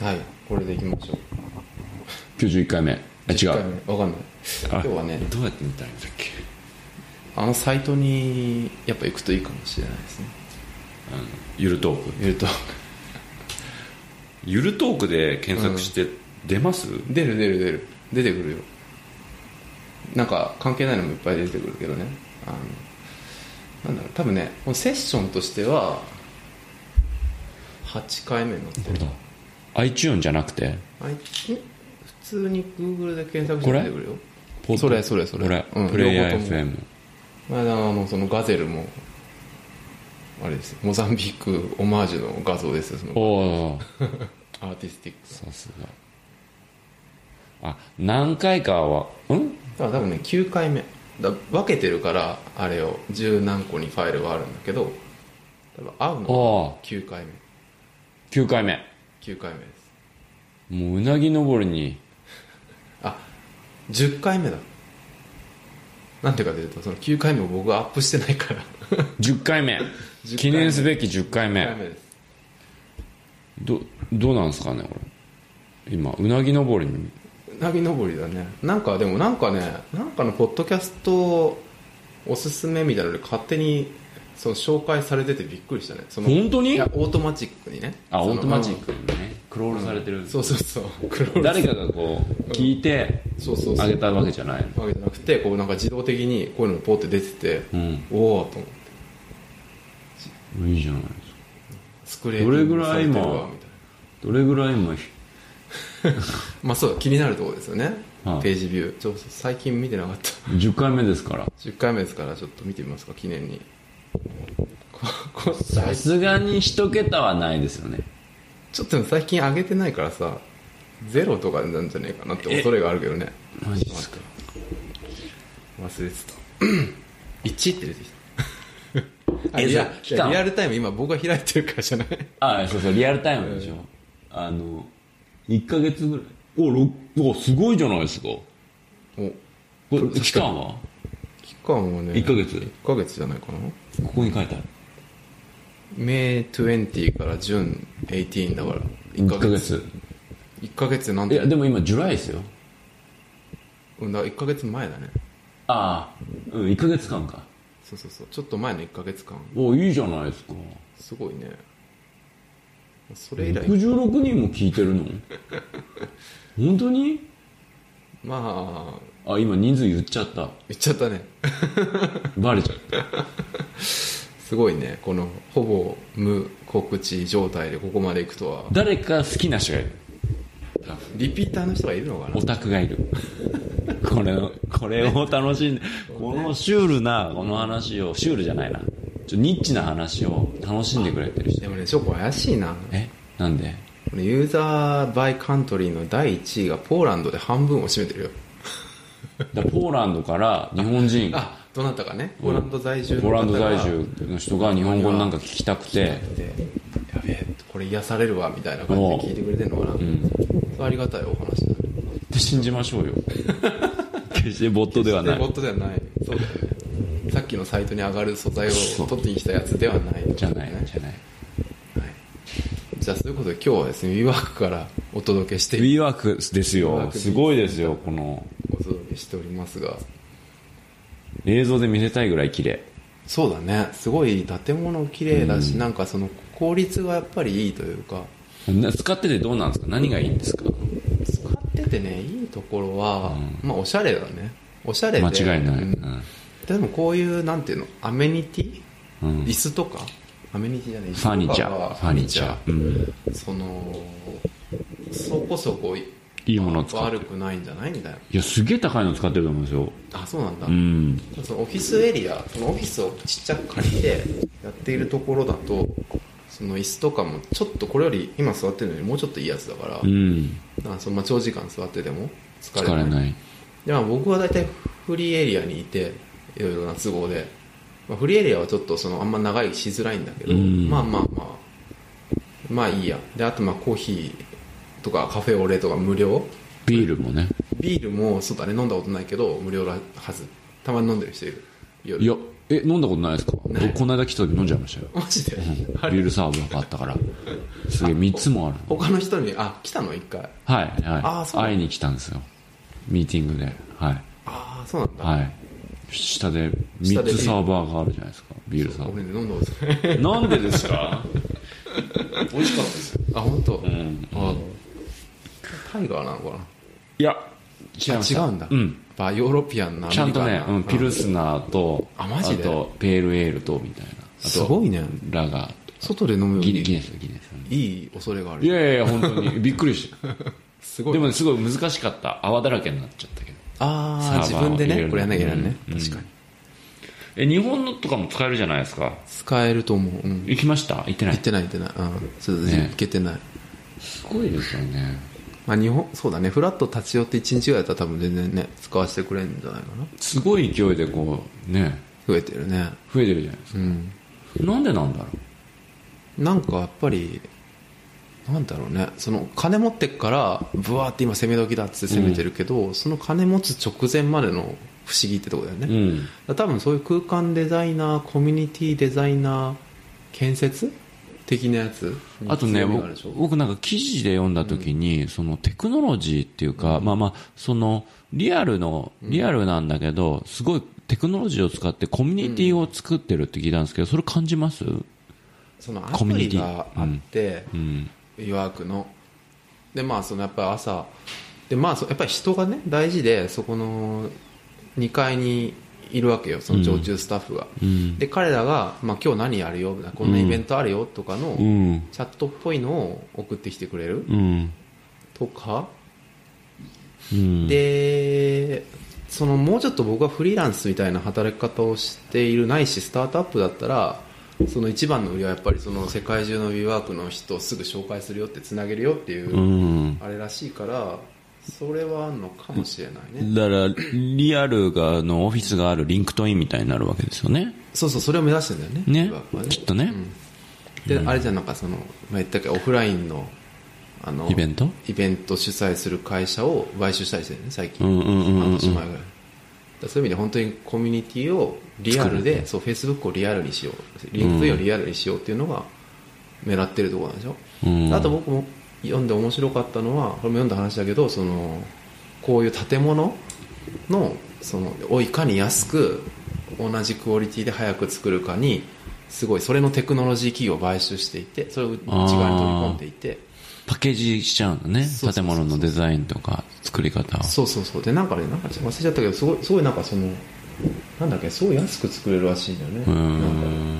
はいこれでいきましょう91回目あ違10回う目わかんない今あ日はねどうやって見たらいいんだっけあのサイトにやっぱ行くといいかもしれないですねあのゆるトークゆると ゆるトークで検索して出ます、出る出る出る出てくるよなんか関係ないのもいっぱい出てくるけどねあのなんだろう多分ねこのセッションとしては8回目になってこるれだ iTune じゃなくてあいん普通に Google で検索して出てくるよポッドそれそれそれこれ、うんプレイヤ両方ーとも FM 前田のあのそのガゼルもあれですよモザンビークオマージュの画像ですよそのおおアーティスティックさすがあ何回かはうんだから多分ね9回目だ分けてるからあれを十何個にファイルがあるんだけど多分合うおのお9回目9回目9回目ですもううなぎ登りにあ10回目だなんていうかというとその9回目を僕はアップしてないから10回目10記念すべき10回目10回目ですどどうなんですかねこれ今うなぎ登りにうなぎ登りだねなんかでもなんかねなんかのポッドキャストおすすめみたいなので勝手にその紹介されててびっくりしたねその本当いにやオートマチックにねあそのオートマチックにねクロールされてるそうそうそうクロール誰かがこう聞いてそうそうそうあげたわけじゃないのわけじゃなくてこうなんか自動的にこういうのポって出てて、うんおおと思っていいじゃないですかスクレーピングどれぐらい今さてるわみたいなどれぐらい今まあそうだ気になるところですよね、はいページビューちょっと最近見てなかった10回目ですから10回目ですからちょっと見てみますか記念にここさすがに一桁はないですよねちょっとでも最近上げてないからさゼロとかなんじゃねえかなって恐れがあるけどねマジですか忘れてた1って出てきたあ リえアじゃあ期間リアルタイム今僕が開いてるからじゃないあそうそうリアルタイムでしょ、あの1ヶ月ぐらいおろおすごいじゃないですかおこれ期間は期間はね1ヶ月1ヶ月じゃないかなここに書いてあるメイ20からジュン18だから1 1ヶヶ月月1ヶ月なんいてやでも今ジュライですようんだ1ヶ月前だねああうん1ヶ月間かそうそうそうちょっと前の1ヶ月間おいいじゃないですかすごいねそれ以来66人も聞いてるの本当にまああ今人数言っちゃった言っちゃったねバレちゃったすごいねこのほぼ無告知状態でここまで行くとは誰か好きな人がいるリピーターの人がいるのかなオタクがいるこれをこれを楽しんでこのシュールなこの話をシュールじゃないなちょニッチな話を楽しんでくれてる人でもねちょっと怪しいなえなんでこのユーザーバイカントリーの第1位がポーランドで半分を占めてるよだポーランドから日本人あどなたかねポーランド在住のポー方がランド在住の人が日本語なんか聞きたくてでやべえこれ癒されるわみたいな感じで聞いてくれてるのかな、それありがたいお話だねって信じましょうよ決してボットではなでボいットではないそうだよねさっきのサイトに上がる素材を取ってきたやつではないじゃないねじゃないじゃあそういうことで今日はですね WeWork からお届けしてビーワークですよ WeWork すごいですよこのお届けしておりますが映像で見せたいぐらい綺麗そうだねすごい建物綺麗だし、なんかその効率がやっぱりいいというかな使っててどうなんですか何がいいんですか使っててねいいところは、まあおしゃれだねおしゃれで間違いなうい、んうんでもこういうなんていうのアメニティ、うん椅子とかアメニティじゃない椅子ファニチャとかーはファニチャー、うん、そのそこそこいいいものを使って悪くないんじゃないみたいないやすげえ高いの使ってると思うんですよあそうなんだ、うんそのオフィスエリアそのオフィスをちっちゃく借りてやっているところだとその椅子とかもちょっとこれより今座ってるのよりもうちょっといいやつだから,、うんだからそのまあ長時間座ってても疲れ疲ないれないでまあ僕は大体フリーエリアにいていろいろな都合で、まあ、フリーエリアはちょっとそのあんま長いしづらいんだけど、うんまあまあまあまあいいやであとまあコーヒーとかカフェオレとか無料ビールもねビールもそうだね飲んだことないけど無料なはずたまに飲んでる人いるいや夜え飲んだことないですか僕この間来た時飲んじゃいましたよ マジで、 あビーれルサーブなんかあったからすげえ3つもある他の人にあ来たの一回はいあーはいそう会いに来たんですよミーティングではいああそうなんだ、はい下で下3でビールつサーバーがあるじゃないですかビールサーごバめんね飲んだことないーなんでです か美味しかったですよあ本当、んあタイガーなのかな違いましたあ違うんだうんやっぱヨーロピアンなアメリちカゃンんとねな、うん、ピルスナーと、あマジでと、ペールエールと、みたいな。あとすごいねラガーと外で飲むよギりネギネス、ギネス。いい恐れがあいるやいやいや、本当に。びっくりした。すごいでもねすごい難しかった。泡だらけになっちゃったけど。ああサー自バーを分で入れねるこれやんなきゃいけないね、うん確かにえ、日本のとかも使えるじゃないですか。使えると思う、うん、行きました行ってな行っい。てない行ってない、うん、ちょっとね行けてない、すごいですよね。まあ、日本そうだねフラット立ち寄って1日ぐらいだったら多分全然ね使わせてくれるんじゃないかなすごい勢いでこう、ね、増えてるね増えてるじゃないですうんか。なんでなんだろなんかやっぱりなんだろうねその金持ってっからブワーって今攻め時だっつって攻めてるけど、その金持つ直前までの不思議ってとこだよね、う。うん。多分そういう空間デザイナーコミュニティデザイナー建設的なやつあとね、興味があるでし僕ょ僕なんか記事で読んだ時に、そのテクノロジーっていうか、まあまあ、そのリアルの、リアルなんだけど、すごいテクノロジーを使ってコミュニティを作ってるって聞いたんですけど、それ感じますそのアコミプュリニティがあってうん。予約のでまあそのやっぱり朝でまあそうやっぱり人がね大事でそこの2階にいるわけよその常駐スタッフが、うん。で彼らが、まあ、今日何やるよこんなイベントあるよとかの、うん。チャットっぽいのを送ってきてくれるうん。とか、うん、。でそのもうちょっと僕はフリーランスみたいな働き方をしているないしスタートアップだったらその一番の売りはやっぱりその世界中の w ワークの人をすぐ紹介するよってつなげるよっていううんあれらしいからそれはあるのかもしれないねだから、リアルが、のオフィスがあるリンクトインみたいになるわけですよね。そうそうそれを目指してんだよねね WeWork は。きっとね。うんであれじゃんなんかその前言ったっけオフラインのあのイベントイベント主催する会社を買収したりしてるね最近うんうんうんうんうん半年前ぐらいだからそういう意味で本当にコミュニティをリアルでそうフェイスブックをリアルにしようリンクトインをリアルにしようっていうのが狙ってるところなんでしょ、うんあと僕も読んで面白かったのはこれも読んだ話だけどそのこういう建物のそのをいかに安く同じクオリティで早く作るかにすごいそれのテクノロジー企業を買収していてそれを内側に取り込んでいてパッケージしちゃうのね。そうそうそうそう建物のデザインとか、作り方を。そうそうそうでなんかねなんか忘れちゃったけどすごいすごいなんかそのなんだっけすごい安く作れるらしいんだよねうーなんかん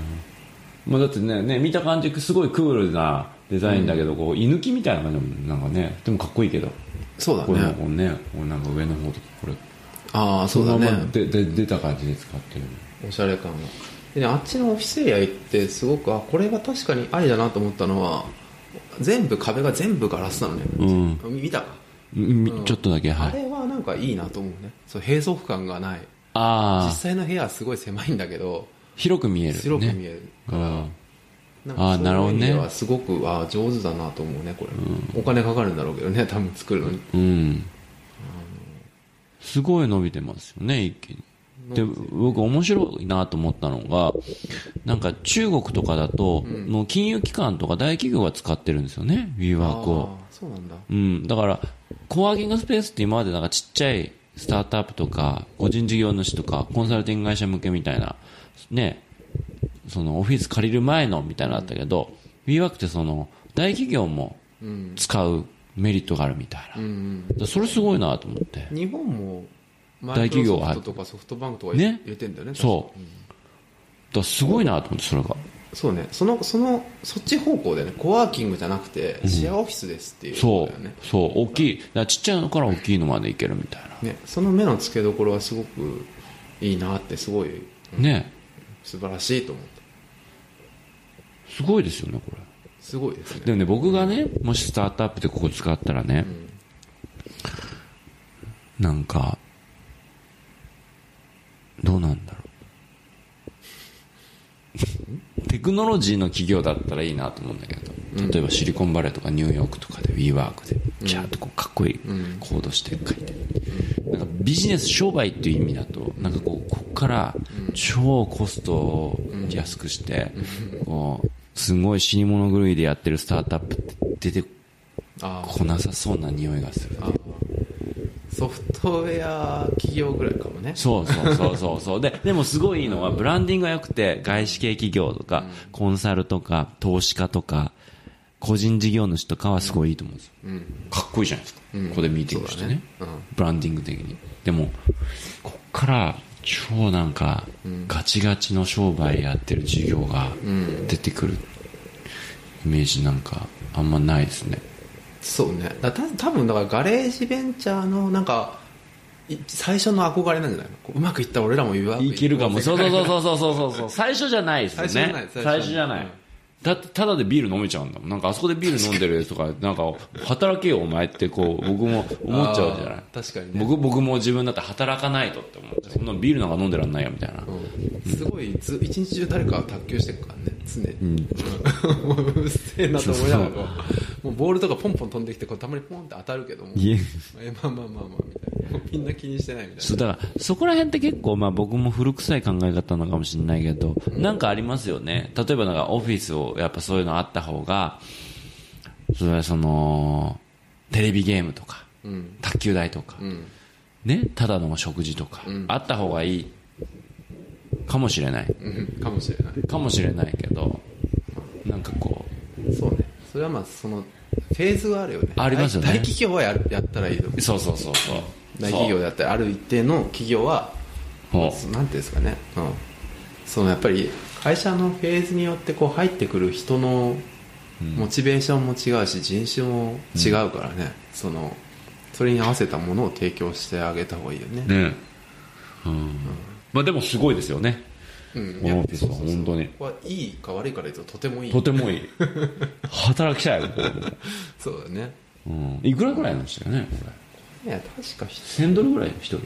まあ、だってねね見た感じすごいクールなデザインだけど、こう居抜きみたいな感じだもんなんかねでもかっこいいけどそうだこれもねこうねこうなんか上の方とかこれああそうだねのままでで出た感じで使ってるおしゃれ感がで、ね、あっちのオフィスエリア行ってすごくあこれが確かにありだなと思ったのは全部壁が全部ガラスなのね、うんみ見たか、みうんちょっとだけはあいれはなんかいいなと思うねそう閉塞感がない実ああ際の部屋はすごい狭いんだけど広く見えるね白く見える、うんなんかあーなるほそういうどね意味ではすごくあー上手だなと思うねこれ、お金かかるんだろうけどね多分作るのにうんすごい伸びてますよね一気にで僕面白いなと思ったのがなんか中国とかだと、の金融機関とか大企業が使ってるんですよね WeWork をあーそうなんだうん、だから、コワーキングスペースって今までなんかちっちゃいスタートアップとか、個人事業主とか、コンサルティング会社向けみたいな、ね、そのオフィス借りる前のみたいなのだったけど、WeWork ってその、大企業もうん使うメリットがあるみたいな。だうかんらそれすごいなと思ってう。ん日本もマ大イク企業ロはソフトとかソフトバンクとか入れね入れてんだよね、そううんだからすごいなと思って、それが。そうねそのそのそっち方向でねコワーキングじゃなくてシェアオフィスですっていうそことだよね、う、そう、大きい。だからちっちゃいのから大きいのまでいけるみたいな。ねその目の付けどころはすごくいいなってすごいね、素晴らしいと思ったすごいですよね、これ。すごいですでねもね、僕がね、もしスタートアップでここ使ったらね、なんか、どうなんだろう。 テクノロジーの企業だったらいいなと思うんだけど、例えばシリコンバレーとかニューヨークとかで WeWork で、ちゃんとこうかっこいいコードして書いて、なんかビジネス商売っていう意味だとなんかこうこっから超コストを安くして、こうすごい死に物狂いでやってるスタートアップって出てあーこなさそうな匂いがするあソフトウェア企業ぐらいかもねそうそうそうそうそうででもすごいいいのはブランディングが良くて外資系企業とかコンサルとか投資家とか個人事業主とかはすごいいいと思うんですよ、かっこいいじゃないですか、ここでミーティングしてねそうだねブランディング的にでもこっから超なんかガチガチの商売やってる事業が出てくるイメージなんかあんまないですねそうねだた多分だからガレージベンチャーのなんかい最初の憧れなんじゃないのこううまくいったら俺らも言わいけるかも。そうそううそうそうそうそうそう。最初じゃないですよね。最初じゃない最最初初じゃない。だって、ただでビール飲めちゃうんだもん。なんか、あそこでビール飲んでるやつとか、 なんか、働けよ、お前って、こう、僕も思っちゃうじゃない。確かにね僕、僕も自分だって働かないとって思って、そんなビールなんか飲んでらんないよ、みたいな。すごいず一日中誰かを卓球してるからね常に、もううっせえなと思いながらそうもうボールとかポンポン飛んできてこうたまにポンって当たるけどもいええまあまあまあまあみたいなもうみんな気にしてないみたいなそう、だから、そこら辺って結構、まあ僕も古臭い考え方なのかもしれないけど、なんかありますよね。例えばなんかオフィスを、やっぱそういうのあった方が、それはその、テレビゲームとか、うん卓球台とか、うんね、ただの食事とか、んあった方がいいかもしれない。うん、かもしれないかもしれないけど、なんかこそうねそれはまあそのフェーズはあるよねありますよね大大企業はやるやったらいいと思うう、そうそうそうそう。大企業だったりある一定の企業はそうそなんていうんですかね、うん、そのやっぱり会社のフェーズによってこう入ってくる人のモチベーションも違うし人種も違うからね、そのそれに合わせたものを提供してあげた方がいいよね、ね。うん。まあでもすごいですよね。うんこのオフィスは本当にここはいいか悪いかで言うととてもいいとてもいい。働きたいよ、これそうだねうん。いくらぐらいなんですよね、これ。いや確かひい1000ドルぐらい、一人ね。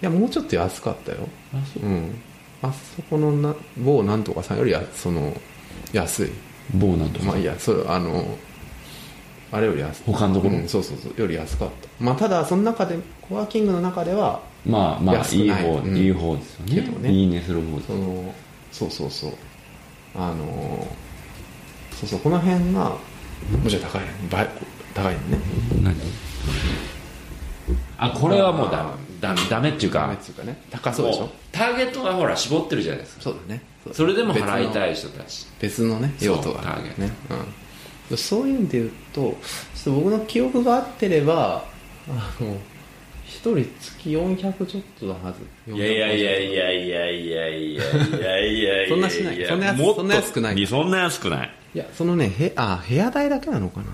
やもうちょっと安かったよあ、そうんあそこのな某なんとかさんよりやその安いボーナとか。まあいいやそうあのあれより安い他のところうんそうそうそうより安かったまあただその中でコワーキングの中ではまあまあ、安いくいない方、うんいい方ですよね。けどねいいねする方ですそ。のそうそうそうあのそうそうこの辺がもちろん高い倍高いのね何あ、これはもうダメ、ダメ、ダメっていうダかメっ、ていうかね高そうでしもうょターゲットがほら絞ってるじゃないですかそうだねうそれでも払いた別のい人たち別のねそう用途がタあーるゲットね、うん、そういうんで言うとちょっと僕の記憶が合ってればあの一人月400ちょっとのはずいやいやいやいやいやいやいやいやいやいやそんなしないそんな安もっとそんな安くないやそんな安くないいやそのねへあ部屋代だけなのかな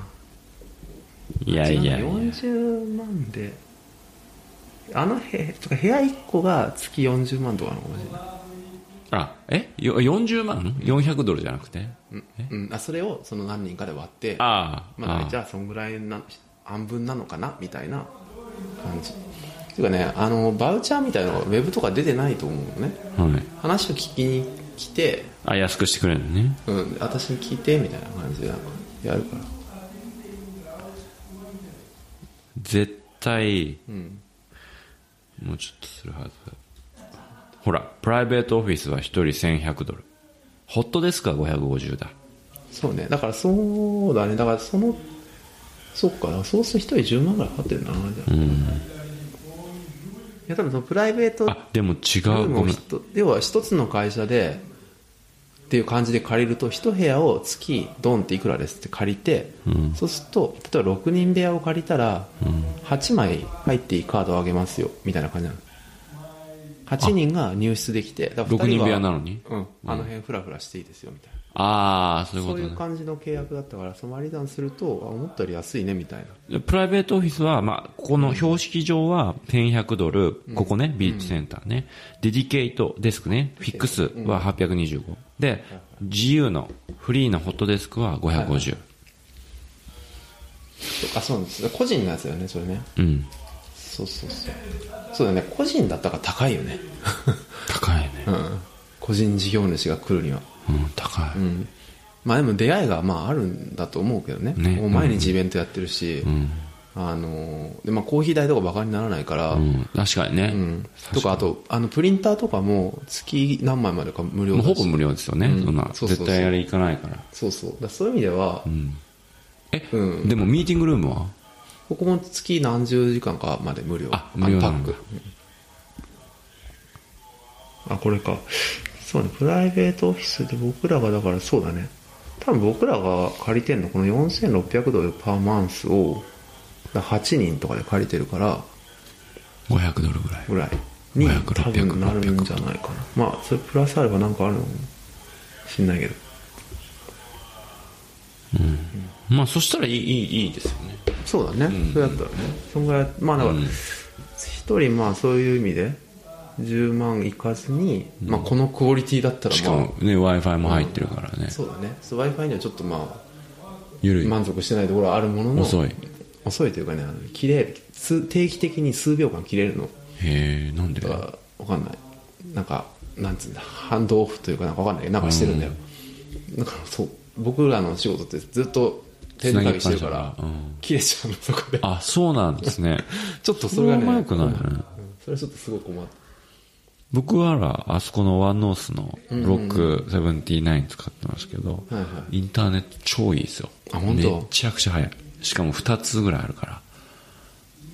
いやいや違いうやな40万であの部とか部屋1個が月40万とかなのかもしれないあえよ40万400ドルじゃなくてうん、あそれをその何人かで割ってああまあ、あじゃあそんぐらいな半分なのかなみたいな感じっていうかねあのバウチャーみたいなのがウェブとか出てないと思うのねあはい話を聞きに来て、あ安くしてくれるのねうん、私に聞いてみたいな感じでなんかやるから絶対うんもうちょっとするはずほらプライベートオフィスは1人1100ドルホットデスクは550だそうねだからそうだねだからそのそっかだからそうすると1人10万ぐらいかかってるんだなじゃあ、いや多分そのプライベートあでも違ルーうムごをめんひと要は一つの会社でっていう感じで借りると一部屋を月ドンっていくらですって借りて、そうすると例えば6人部屋を借りたら、8枚入っていいカードをあげますよみたいな感じなの8人が入室できてだから6二人は部屋なのにうん、あの辺フラフラしていいですよみたいな、ああそういうこそういとねう感じの契約だったからその割り算するとあ思ったより安いねみたいなプライベートオフィスは、まあ、ここの標識上は1100ドル、ここね、ビーチセンターね、デディケイトデスクね、フィックスは825。で、自由の、フリーのホットデスクは550。とあそうなんです個人のやつだよねそれねうん。そうそうそうそうだね個人だったから高いよね高いね。うん個人事業主が来るには、うん、高い。うん、まあでも出会いがまああるんだと思うけどねねもう毎日イベントやってるし、うん。あのでまあ、コーヒー代とかバカにならないから、うん、確かにね、うんとかあとあのプリンターとかも月何枚までか無料もうだしほぼ無料ですよね、うんそんなそうそうそう絶対あれ行かないからそうそうだからそういう意味では、んえ、うんでもミーティングルームはここも月何十時間かまで無料ああ無料パなんッだクあこれかそうねプライベートオフィスで僕らがだからそうだね多分僕らが借りてんのこの4600ドルパーマンスをだから8人とかで借りてるから500ドルぐらいぐらいに500多分なるん600じゃないかなまあそれプラスアルファなんかあるのかもしんないけどまあそしたらいいいいいいですよねそうだね、うんそれだったらねそんぐらいまあだからうん一人まあそういう意味で10万いかずに、まあ、このクオリティだったらしかまもね w i f i も入ってるからねあ、そうだね w i f i にはちょっとまゆあるい満足してないところはあるものの遅いへ遅いというかねあの切れ数定期的に数秒間切れるのえんでが分かんないなんかなんつうんだハンドオフというかなんか分かんないけどなんかしてるんだよ、だからそう僕らの仕事ってずっと手抜きしてるからつなぎっぱなしだからうん切れちゃうのそこであそうなんですねちょっと それがねそれは良くないねうんそれはちょっとすごい困った僕はらあそこのワンノースのロック79使ってますけど、はいはインターネット超いいですよあ本当めちゃくちゃ早いしかも2つぐらいあるから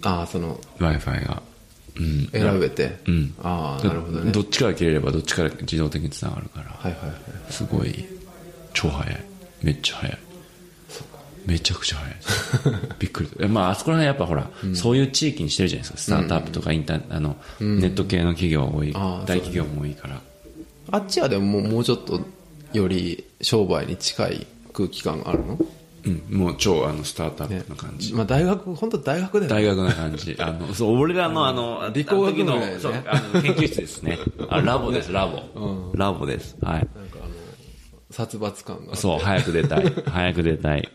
ああその w i f i がうん選べて、うんああなるほどねどっちから切れればどっちから自動的につながるからはいはいはいすごい超早いめっちゃ早いめちゃくちゃ早いです びっくりえまああそこら辺やっぱほら、そういう地域にしてるじゃないですかスタートアップとかインター、あのネット系の企業が多いああ大企業も多いからあっちはでももうもうちょっとより商売に近い空気感があるのうんもう超あのスタートアッねプな感じ、まあ大学本当大学だよね大学な感じ あのそう俺らのあの理工学部のねそうあの研究室ですねあラボですラボ、ラボですはいなんかあの殺伐感がそう、早く出たい。早く出たい。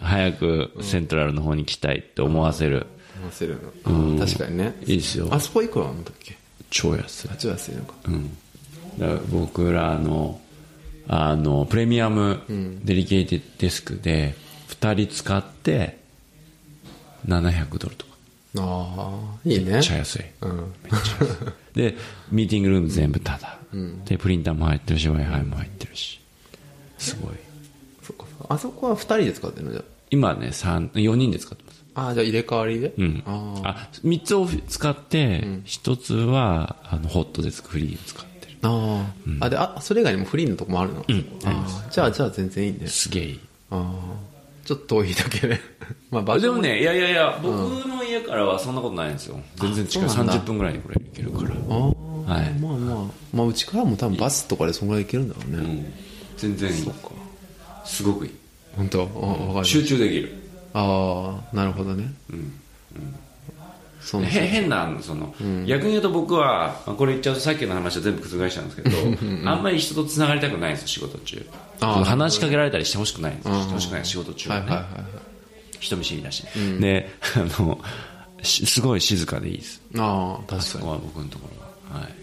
早くセントラルの方に来たいって思わせる。思わせるの確かにねいいですよあそこいくらなんだっけ超安い。あっちは安いのかうん。だから僕らの、あの、プレミアムデリケイティデスクで、2人使って、700ドルとか。ああいいねめっちゃ安い。うんめっちゃ安い。で、ミーティングルーム全部タダ。で、プリンターも入ってるし、Wi-Fi も入ってるし。すごい。そっかそっかあそこは2人で使ってるのじゃ今ね、三4人で使ってます。ああーじゃあ入れ替わりでうん。あああ、三つを使って、一つは、あの、ホットデスクフリーを使ってる。あーあであそれ以外にもフリーのとこもあるのあーじゃあじゃあ全然いいねすげえいい。ああちょっと遠いだけで まあ場で所もね、いやいやいや、僕の家からはそんなことないんですよ。全然近い。あそうなんだ30分ぐらいでこれ行けるから。ああ、はいまあまあまあうちからも多分バスとかでそんぐらい行けるんだろうね、うん。全然いい。すごくいい。本当あわかる集中できる。ああなるほどねうん、そのへ変な、その、逆に言うと僕は、まあこれ言っちゃうとさっきの話は全部覆しちゃうんですけど、あんまり人と繋がりたくないんですよ、仕事中。あーその話しかけられたりしてほしくないんですよ。してほしくない、仕事中ははいねはい。はい人見知りだし、であのしすごい静かでいいですああ確かそにこは僕のところははい、はい、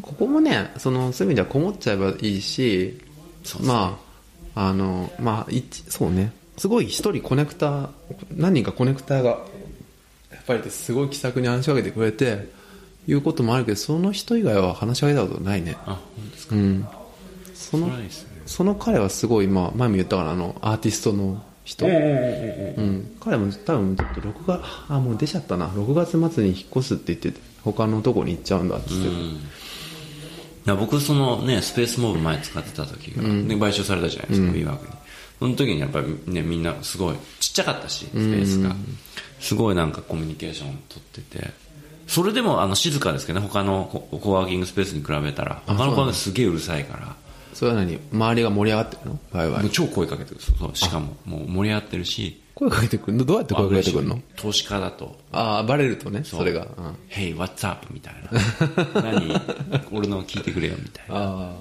ここもねそのそういう意味ではこもっちゃえばいいしそうそうまああのまあいちそうねすごい一人コネクター何人かコネクターがやっぱりすごい気さくに話しかけてくれていうこともあるけどその人以外は話しかけたことないねあ本当ですかうんそのそれはいいですねその彼はすごい、まあ、前も言ったからあのアーティストの人、えうん、彼も多分ちょっと6月あもう出ちゃったな6月末に引っ越すって言ってて他のとこに行っちゃうんだって言ってる、僕そのねスペースモーブ前使ってた時が、で買収されたじゃないですか、WeWork にその時にやっぱりねみんなすごいちっちゃかったしスペースが、すごいなんかコミュニケーションを取っててそれでもあの静かですけどね他のココワーキングスペースに比べたら他のコワーキングすげえうるさいからそれは何周りが盛り上がってるのワイワもうイ超声かけてくるそうそうしかももう盛り上がってるし声かけてくるのどうやって声かけてくるの投資家だとああバレるとねそれが、うん、あ「Hey what's up」みたい な何俺の聞いてくれよみたいなあ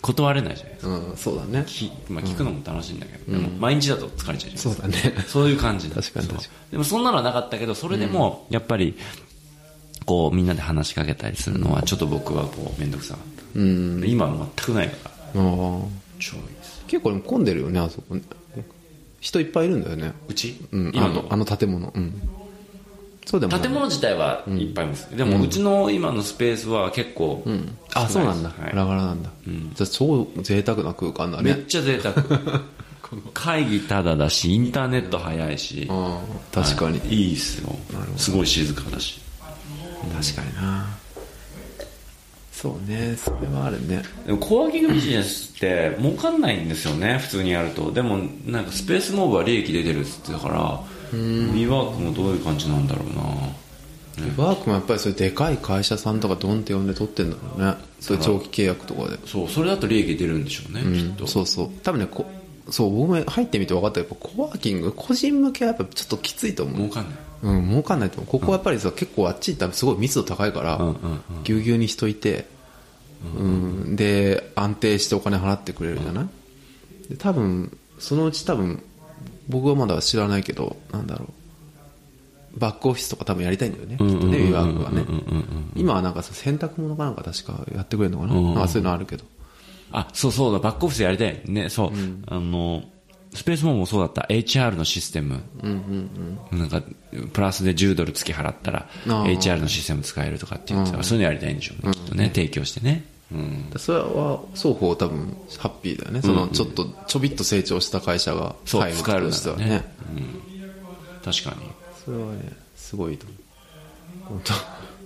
断れないじゃないですかうんそうだねき、まあ、聞くのも楽しいんだけど、でも毎日だと疲れちゃうじゃそなういですかだね そういう感じ確かに確かにそうでもそんなのはなかったけどそれでもやっぱりこうみんなで話しかけたりするのはちょっと僕はこう面倒くさかった、今は全くないからああ超いいです結構でも混んでるよねあそこね人いっぱいいるんだよね、うち、うん、あ今ののあの建物、うん、そうでもない建物自体はいっぱいいます、でもうちの今のスペースは結構、あそうなんだ、はいガラガラなんだ、じゃあ超贅沢な空間だめねっちゃ 贅沢会議タダだしインターネット早いし、ああ確かに、はいいいっすよすごい静かだし確かになそうねそれはあるねでもコワーキングビジネスって儲かんないんですよね普通にやるとでもなんかスペースモーブは利益出てるっつってたからリワークもどういう感じなんだろうなワークもやっぱりそれでかい会社さんとかドンって呼んで取ってんだろうねそういう長期契約とかでそうそれだと利益出るんでしょうね、きっとそうそう多分ねこそう僕も入ってみて分かったけどやっぱコワーキング個人向けはやっぱちょっときついと思儲うかんないうん儲かんないと思うここはやっぱりさ、結構あっち行ったらすごい密度高いから、んうんぎゅうぎゅうに人いて、うんで安定してお金払ってくれるじゃない、で多分そのうち多分僕はまだ知らないけどなんだろうバックオフィスとか多分やりたいんだよね、きっとねウィワークはね、今はなんかさ洗濯物かなんか確かやってくれるのかな,、んうんなんかそういうのあるけどあそうそうだバックオフィスやりたいねそう、あのスペースモーブもそうだった HR のシステム、なんかプラスで10ドル月払ったらあー HR のシステム使えるとかって言ってたからそういうのやりたいんでしょうね、きっとね提供してねうんでそれは双方多分ハッピーだよねそのちょっとちょびっと成長した会社がそう入る使えるとなしてらはねね確かにそれはねすごいと思うと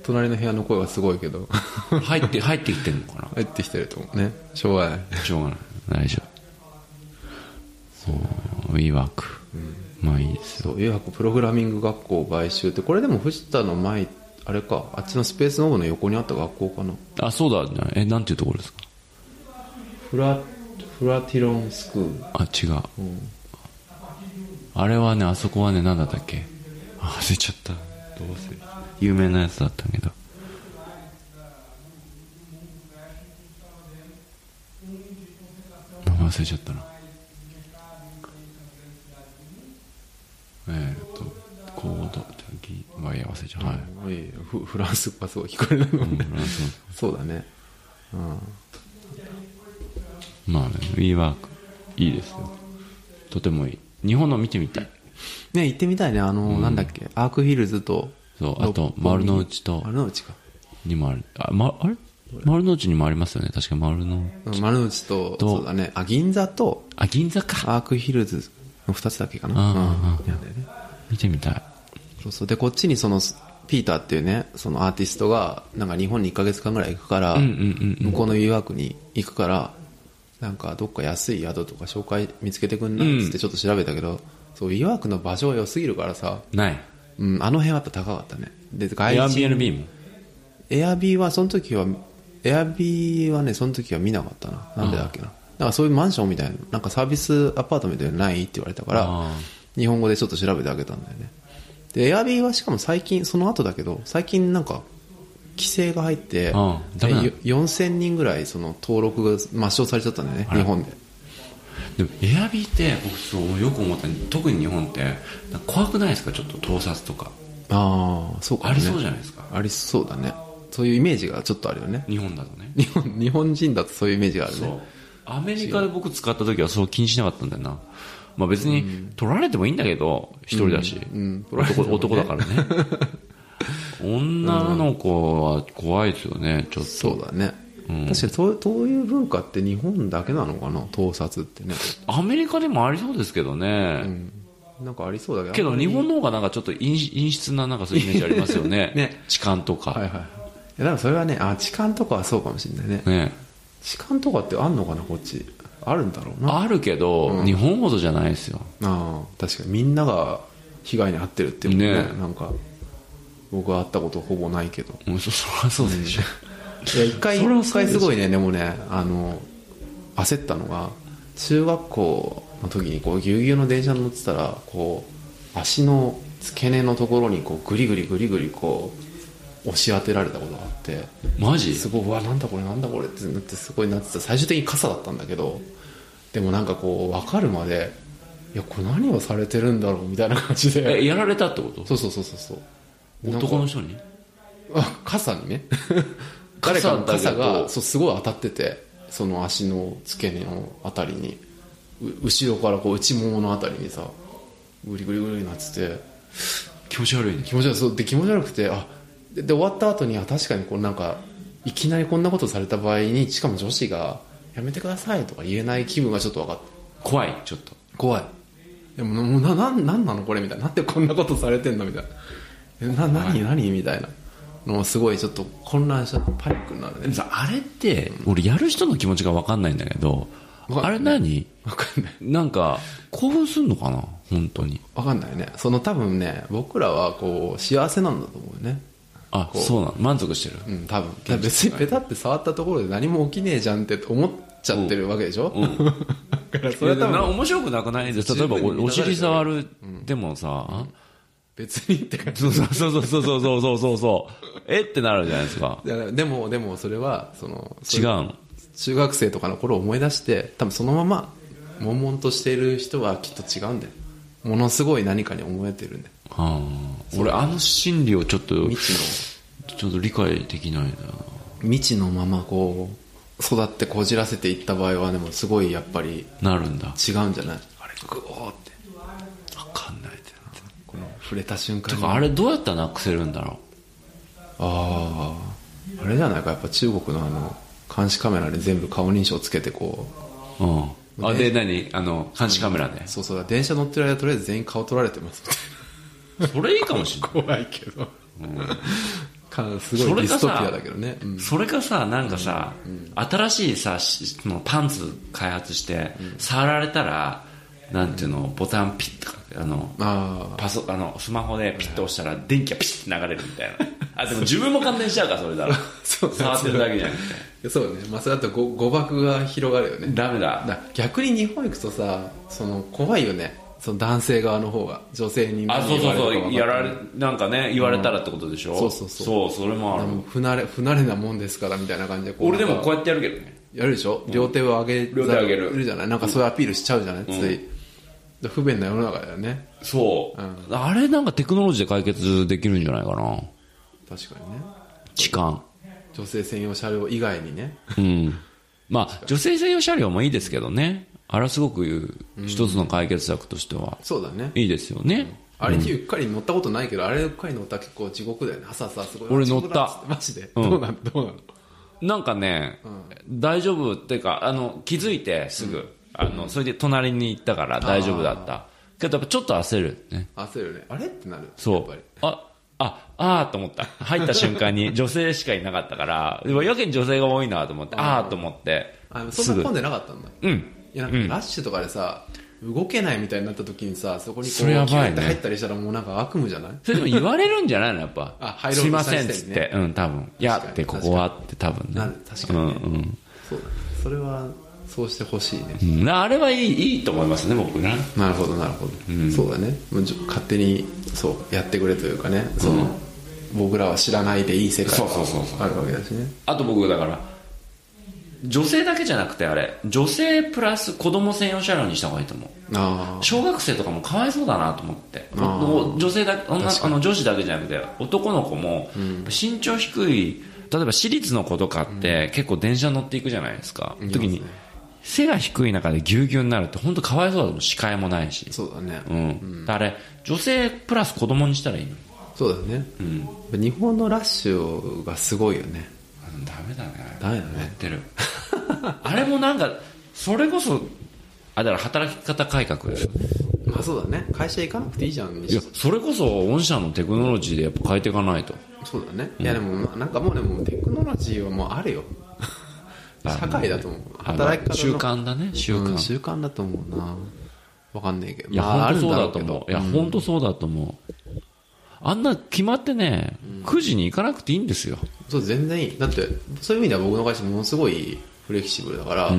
隣の部屋の声はすごいけど 入って入ってきてんのか入ってきてると思うねしょうがない なしょうがない大丈夫そう WeWork、まあいいですそういやプログラミング学校買収ってこれでも藤田の前あれかあっちのスペースノーブの横にあった学校かなあそうだねえなんていうところですかフラフラティロンスクールあ違う、あれはねあそこはね何だったっけあ忘れちゃったどうせ有名なやつだったけど名前忘れちゃったなえー、っとコード時はや忘れちゃった、はいいいよフフランス語がすごい聞こえるの、ねフランスそうだねうんまあね WeWork いいですよとてもいい日本の見てみたいね行ってみたいねあの、なんだっけアークヒルズとそうあと丸の内と丸の内かにもあるあ,、ま、あれ丸の内にもありますよね確か丸のうん丸の内とどうそうだねあ銀座とあ銀座かアークヒルズの2つだけかなああうんなんだよね見てみたいそうそうでこっちにそのピーターっていうねそのアーティストがなんか日本に1ヶ月間ぐらい行くから、んうん向こうの誘惑に行くからなんかどっか安い宿とか紹介見つけてくんなうんいっつってちょっと調べたけど、そう誘惑の場所が良すぎるからさ、ないうん、あの辺はやっぱ高かったねで外人 Airbnb もエアビーはその時はエアビーはねその時は見なかったななんでだっけななんかそういうマンションみたいななんかサービスアパートみたいなのないって言われたかあら日本語でちょっと調べてあげたんだよねでエアビーはしかも最近その後だけど最近なんか規制が入ってああダメなのでよ4000人ぐらいその登録が抹消されちゃったんだよね日本ででも Airb って僕そうよく思った特に日本ってなんか怖くないですかちょっと盗撮とかああそうかもあねりそうじゃないですか、ありそうだねそういうイメージがちょっとあるよね日本だとね日本日本人だとそういうイメージがあるそうねアメリカで僕使った時はそう気にしなかったんだよなまあ別に取られてもいいんだけど一人だし、うん取られて男もね男だからね 女の子は怖いですよねちょっとそうだね、確かにそうそういう文化って日本だけなのかな盗撮ってねアメリカでもありそうですけどね、なんかありそうだけどけど日本の方がなんかちょっと陰陰湿ななんかそういうイメージありますよね ね痴漢とか、はいはいいやだからそれはねあ痴漢とかはそうかもしれないねね、痴漢とかってあんのかなこっちあるんだろうなああるけど、日本ほどじゃないですよあ確かにみんなが被害に遭ってるっていうもんねねなんか僕は会ったことほぼないけどもうそそりゃそうでしょ、いや一回それは一そう回ですすごいねでもねあの焦ったのが中学校の時にこうぎゅうぎゅうの電車に乗ってたらこう足の付け根のところにこうグリグリグリグリこう押し当てられたことがあってマジすごいうわなんだこれなんだこれってなってすごいなってた最終的に傘だったんだけどでもなんかこう分かるまでいやこれ何をされてるんだろうみたいな感じでえやられたってことそうそうそうそうそう男の人にあ傘にね誰 傘かのだけど傘がそうすごい当たっててその足の付け根のあたりにう後ろからこう内もものあたりにさグリグリグリなってて気持ち悪いね気持ち悪いそうで気持ち悪くてあでで終わった後にあ確かにこうなんかいきなりこんなことされた場合にしかも女子が「やめてください」とか言えない気分がちょっと分かった怖いちょっと怖いでももうなななんなのこれみたいななんでこんなことされてんのみたいなな何何みたいなのをすごいちょっと混乱しちゃってパニックになるでもねさあれって俺やる人の気持ちが分かんないんだけどわかんないあれ何分かんないなんか興奮すんのかな本当に分かんないねその多分ね僕らはこう幸せなんだと思うよねあうそうなの満足してるうん多分だから別にペタって触ったところで何も起きねえじゃんって思っちゃってるわけでしょ、 だからそれは多いやでもな分面白くなくないで十例え分ばにおお満たされ尻てるよ触るでもさ別にって感じそうそうそうそうそうそうそうそうそうえってなるじゃないですかいやでもでもそれはその違うの中学生とかの頃を思い出して多分そのまま悶々としている人はきっと違うんだよものすごい何かに思えてるんだよあー俺あの心理をちょっと未知ちょっと理解できないなの未知のままこう育ってこじらせていった場合はでもすごいやっぱりなるんだ違うんじゃないあれグオーって分かんないってなってこの触れた瞬間だにからあれどうやったらなくせるんだろあああれじゃないかやっぱ中国のあの監視カメラに全部顔認証つけてこううんあで何あの監視カメラねうそうそうだ電車乗ってる間とりあえず全員顔撮られて ますそれいいかもしれない怖いけど、かすそごいれディがストさピアだけどね、うんそれかさなんかさ、新しいさしそのパンツ開発して、触られたらなんていうのボタンピッとかあのあパソあのスマホでピッと押したら電気がピッて流れるみたいなあでも自分も感電しちゃうからそれだろ そう触ってるだけじゃなくてあそうねまあそれだとご誤爆が広がるよねダメだだ逆に日本行くとさその怖いよねその男性側の方が女性にあそうそう言われるかそわかんうないやられなんかね言われたらってことでしょ、そうそうそうそうそれもあるでも不慣れ不慣れなもんですからみたいな感じでこう俺でもなんこかうやってやるけどねやるでしょ両手を上げ両手上げるいるじゃないなんかそういうアピールしちゃうじゃない、ついで不便な世の中だよねそう、あれなんかテクノロジーで解決できるんじゃないかな確かにね痴漢女性専用車両以外にねうん。まあ、女性専用車両もいいですけどね。あれはすごく一つの解決策としては、そうだねいいですよね。あれにゆっかり乗ったことないけど、あれゆっかり乗ったら結構地獄だよね。朝さ、すごい。俺乗った地獄だつてマジで。んどうなのどうなのなんかね、大丈夫っていうか、あの、気づいてすぐ、あの、それで隣に行ったから大丈夫だった。けどやっぱちょっと焦るね。焦るね。あれってなる。そやっぱうり。。あ、あ、あーと思った。入った瞬間 に女性しかいなかったから、でもやけに女性が多いなと思って、あーと思って、あのそすんなぐ混ん。でなかったんだ。うん。いや、なんかラッシュとかでさ、動けないみたいになった時にさ、そこにこう、それやばキュいねッて入ったりしたらもうなんか悪夢じゃないそれでも言われるんじゃないのやっぱ。あ入ろうすいませんっとつしったて。うん、多分。いや確かにって、ここはって多分ね。なる確かにねうんうんそうだね。それは、そうしてほしいね。うん。なあれはいい、いいと思いますね、僕ね。なるほど、なるほど。そうだね。もうじょ勝手に、そう、やってくれというかね、その、僕らは知らないでいい世界がそうそうそうそうあるわけだしね。あと僕、だから、女性だけじゃなくて、あれ、女性プラス子供専用車両にした方がいいと思う。ああ。小学生とかもかわいそうだなと思ってあーお女性だ女あの女子だけじゃなくて男の子も身長低い例えば私立の子とかって結構電車乗っていくじゃないですか、時に背が低い中でぎゅうぎゅうになるって本当かわいそうだと思う視界もないしそうだね。うん、あれ女性プラス子供にしたらいいのそうだね、日本のラッシュがすごいよねあでもダメだねダメだねや ってるあれもなんかそれこそあだから働き方改革ですよねまあそうだね会社行かなくていいじゃんいやそれこそ御社のテクノロジーでやっぱ変えていかないとそうだね、いやでもまあなんかもうでもテクノロジーはもうあ るよ社会だと思う働き方の習慣だね習慣、うんい習慣だと思うなわかんないけどや、まああ本るん当そうだろだうとけ思どういや、本当そうだと思うあんな決まってね、9時に行かなくていいんですよそう全然いいだってそういう意味では僕の会社ものすごいフレキシブルだから、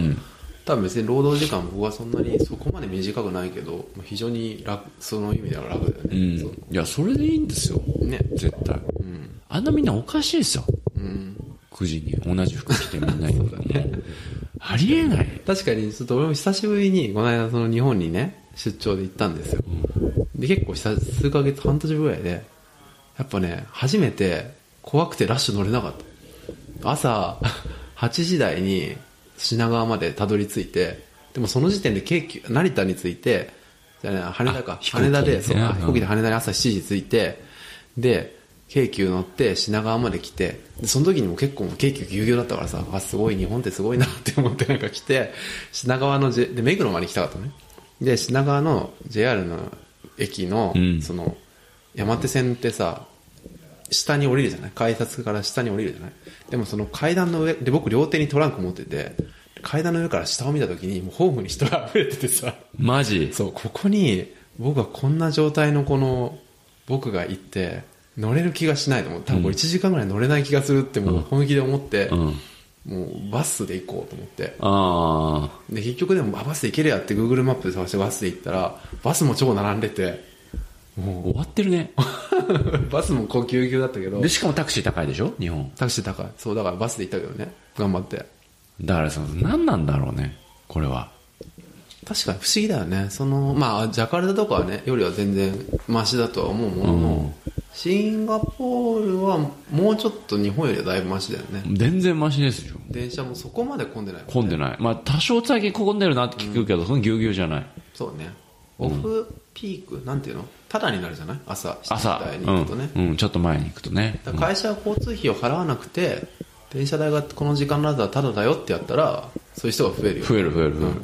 多分別に労働時間も僕はそんなにそこまで短くないけど非常に楽その意味では楽だよね、うんそいやそれでいいんですようね絶対、あんなみんなおかしいですよ、9時に同じ服着てみんな行くの ありえない確かにちょっと俺も久しぶりにこの間その日本にね出張で行ったんですよで結構久数ヶ月半年ぐらいでやっぱね初めて怖くてラッシュ乗れなか った朝8時台に品川までたどり着いてでもその時点で京急成田に着いてじゃあね羽田かあ飛行機羽田でそうねあうん飛行機で羽田に朝7時着いてで京急乗って品川まで来てでその時にも結構もう京急ぎゅうぎゅうだったからさあすごい日本ってすごいなって思ってなんか来て品川の、J、で目黒まで来たかったのねで品川の JR の駅の、うんその山手線ってさ下に降りるじゃない改札から下に降りるじゃないでもその階段の上で僕両手にトランク持ってて階段の上から下を見た時にもうホームに人が溢れててさマジそうここに僕はこんな状態のこの僕が行って乗れる気がしないと思って多分これ1時間ぐらい乗れない気がするってもう本気で思って、うん。もうバスで行こうと思ってああ。で結局でもあバスで行けるやって Google マップで探してバスで行ったらバスも超並んでて も終わってるね。うバスもこうぎゅうぎゅうだったけどで、しかもタクシー高いでしょ日本。タクシー高いそうだからバスで行ったけどね頑張ってだからその、何なんだろうね。これは。確かに不思議だよねそのまあジャカルタとかはねよりは全然マシだとは思うものの、シンガポールはもうちょっと日本よりはだいぶマシだよね全然マシですよ。電車もそこまで混んでないもね混んでない。まあ、多少最近混んでるなって聞くけど、そのぎゅうぎゅうじゃない。そうねオフピーク、なんていうのタダになるじゃない朝7時朝台、にう行くとね、ん。うん、ちょっと前に行くとね。だから会社は交通費を払わなくて電車代がこの時間の後はタダだよってやったらそういう人が増えるよ、増える増える増えるうんっ。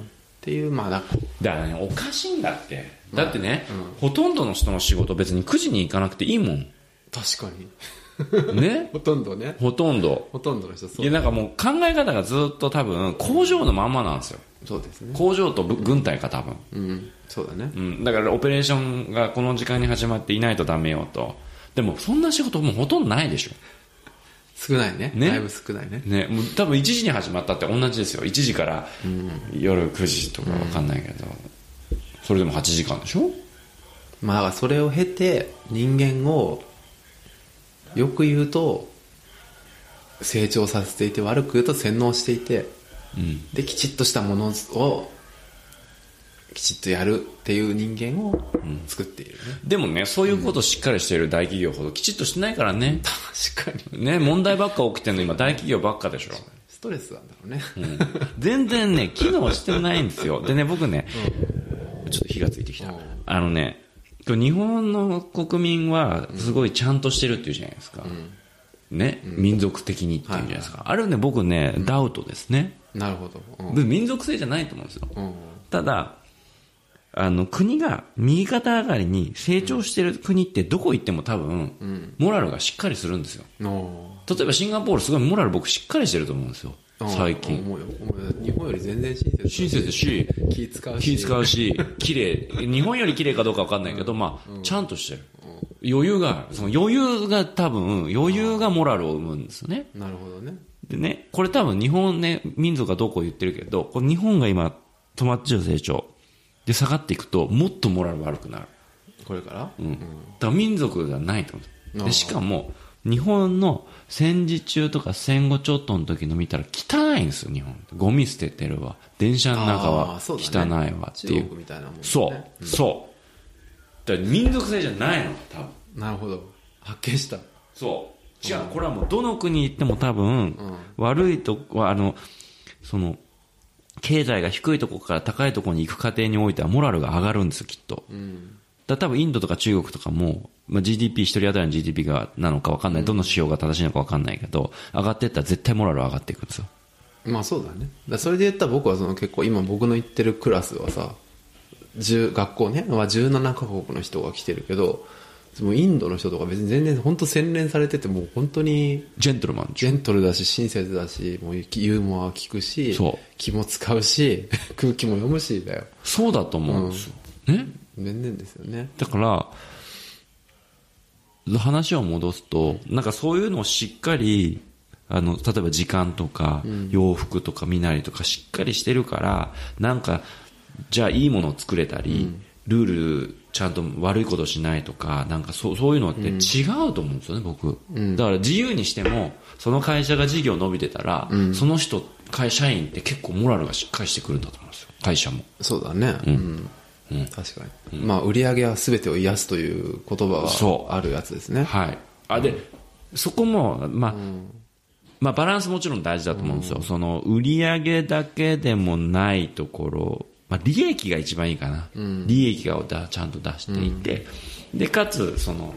ていうまあだだからね、おかしいんだって。だってね、ほとんどの人の仕事別に9時に行かなくていいもん。確かにねほとんどねほとんど。ほとんどの人そで、うなんかもう考え方がずっと多分、工場のまんまなんですよ。そうですね工場とぶ軍隊か多分。うんそうだねうん。だからオペレーションがこの時間に始まっていないとダメよと。でも、そんな仕事もうほとんどないでしょ。少ないねねだいぶ少ないねね、もう多分1時に始まったって同じですよ1時から夜9時とかわかんないけど、それでも8時間でしょまあだからそれを経て人間をよく言うと成長させていて悪く言うと洗脳していてうんできちっとしたものをきちっとやるっていう人間を作っているね、でもねそういうことをしっかりしている大企業ほどきちっとしてないからね、確かにね問題ばっか起きてるの今大企業ばっかでしょストレスなんだろうね、全然ね機能してないんですよでね僕ね、ちょっと火がついてきた、うんあのねこれ日本の国民はすごいちゃんとしてるっていうじゃないですか、ね、民族的にっていうじゃないですか、あれはね僕ね、ダウトですね、 なるほど、うんで民族性じゃないと思うんですようんただあの国が右肩上がりに成長してる国ってどこ行っても多分、んモラルがしっかりするんですよの例えばシンガポールすごいモラル僕しっかりしてると思うんですようん最近思うよ思うよ日本より全然親切だし親切だし気使うし気使うし綺麗日本より綺麗かどうか分かんないけど、まあ、ちゃんとしてる余裕があるその余裕が多分余裕がモラルを生むんですよねなるほどねでね、これ多分日本ね、民族がどうこう言ってるけど、これ日本が今、止まっちゃう成長。で、下がっていくと、もっとモラル悪くなる。これから、うん。だから民族がないと思あう。ーで、しかも、日本の戦時中とか戦後ちょっとの時の見たら汚いんですよ、日本。ゴミ捨ててるわ。電車の中あーはそう汚だねいわってい中う。国みたいなもんねそう、そう。だから民族性じゃないの、多分。なるほど発見したそう。違う、これはもうどの国行っても多分、悪いとこは、あの、その、経済が低いとこから高いとこに行く過程においてはモラルが上がるんですよ、きっと。だから多分インドとか中国とかも、まあ、GDP、一人当たりの GDP が、なのか分かんない、どの指標が正しいのか分かんないけど、上がってったら絶対モラルは上がっていくんですよ。まあそうだねだからそれで言ったら僕はその結構今僕の行ってるクラスはさ10学校ねは17カ国の人が来てるけどもうインドの人とか別に全然本当洗練されててもう本当にジェントルマンでしジェントルだし親切だしもうユーモアを聞くしそう気も使うし 空気も読むしだよょそうだと思うんですよ。ね全然ですよねだから、話を戻すと、なんかそういうのをしっかり、あの、例えば時間とか、洋服とか身なりとかしっかりしてるから、なんか、じゃあいいものを作れたり、ルールちゃんと悪いことしないとか、なんかそうそういうのって違うと思うんですよね、僕。だから自由にしても、その会社が事業伸びてたら、その人、会社員って結構モラルがしっかりしてくるんだと思うんですよ、会社も。そうだねうん、確かに、まあ売り上げは全てを癒すという言葉そうはあるやつですねはい。あ、で、そこも、まあ、まあ、バランスもちろん大事だと思うんですよ、その売り上げだけでもないところ、まあ、利益が一番いいかな、利益をだちゃんと出していて、でかつその